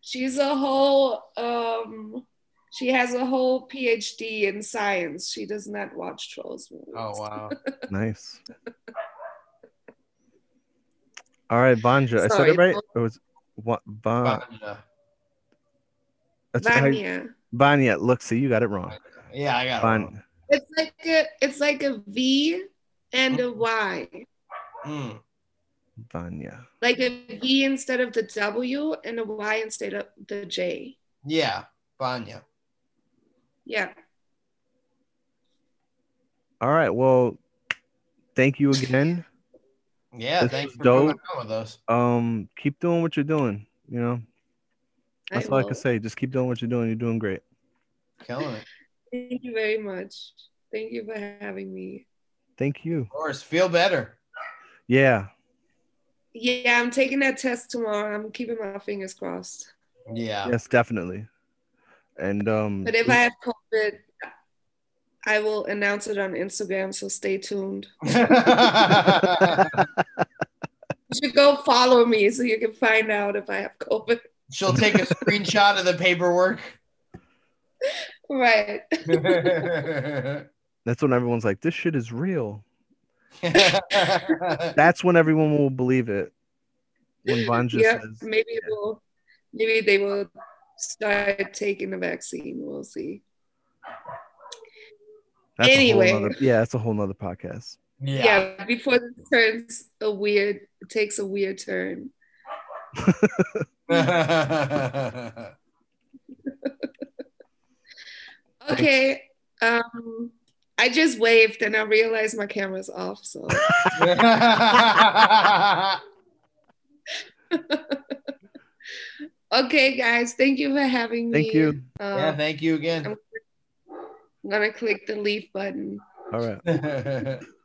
She's a whole um she has a whole PhD in science. She does not watch trolls movies.
Oh
(laughs)
wow.
Nice. All right, Vanja. I said
Sorry,
it right.
Paul.
It was what Van.
Vanya.
that's- I-
Vanya.
Vanya. Look, see, you got it wrong.
Yeah, I got it.
Van.
It's like a it's like a V and a Y.
Mm.
Vanya.
Like a V instead of the W and a Y instead of the J.
Yeah, Vanya.
Yeah.
All right. Well, thank you again.
Yeah,
This
thanks
is
for coming
dope.
on with us.
um, keep doing what you're doing. You know, that's all I
will.
can say. Just keep doing what you're doing. You're doing great.
Killing it.
Thank you very much. Thank you for having me.
Thank you.
Of course, feel better.
Yeah.
Yeah, I'm taking that test tomorrow. I'm keeping my fingers crossed.
Yeah.
Yes, definitely. And um,
But if I have COVID, I will announce it on Instagram. So stay tuned. You should go follow me so you can find out if I have COVID.
(laughs)
(laughs)
She'll take a screenshot of the paperwork. (laughs)
Right.
that's when everyone's like, "This shit is real." That's when everyone will believe it. When Von just
yeah.
says,
Maybe it will. Maybe they will start taking the vaccine. We'll see.
that's a whole
Anyway.
nother, "Yeah, that's a whole nother podcast."
Yeah.
yeah.
before this turns a weird, it takes a weird turn. Okay. Um, I just waved and I realized my camera's off. So (laughs) okay, guys, thank you for having me.
Thank you.
Uh,
(laughs) yeah, thank you again.
I'm gonna click the leave button.
All right.
(laughs) All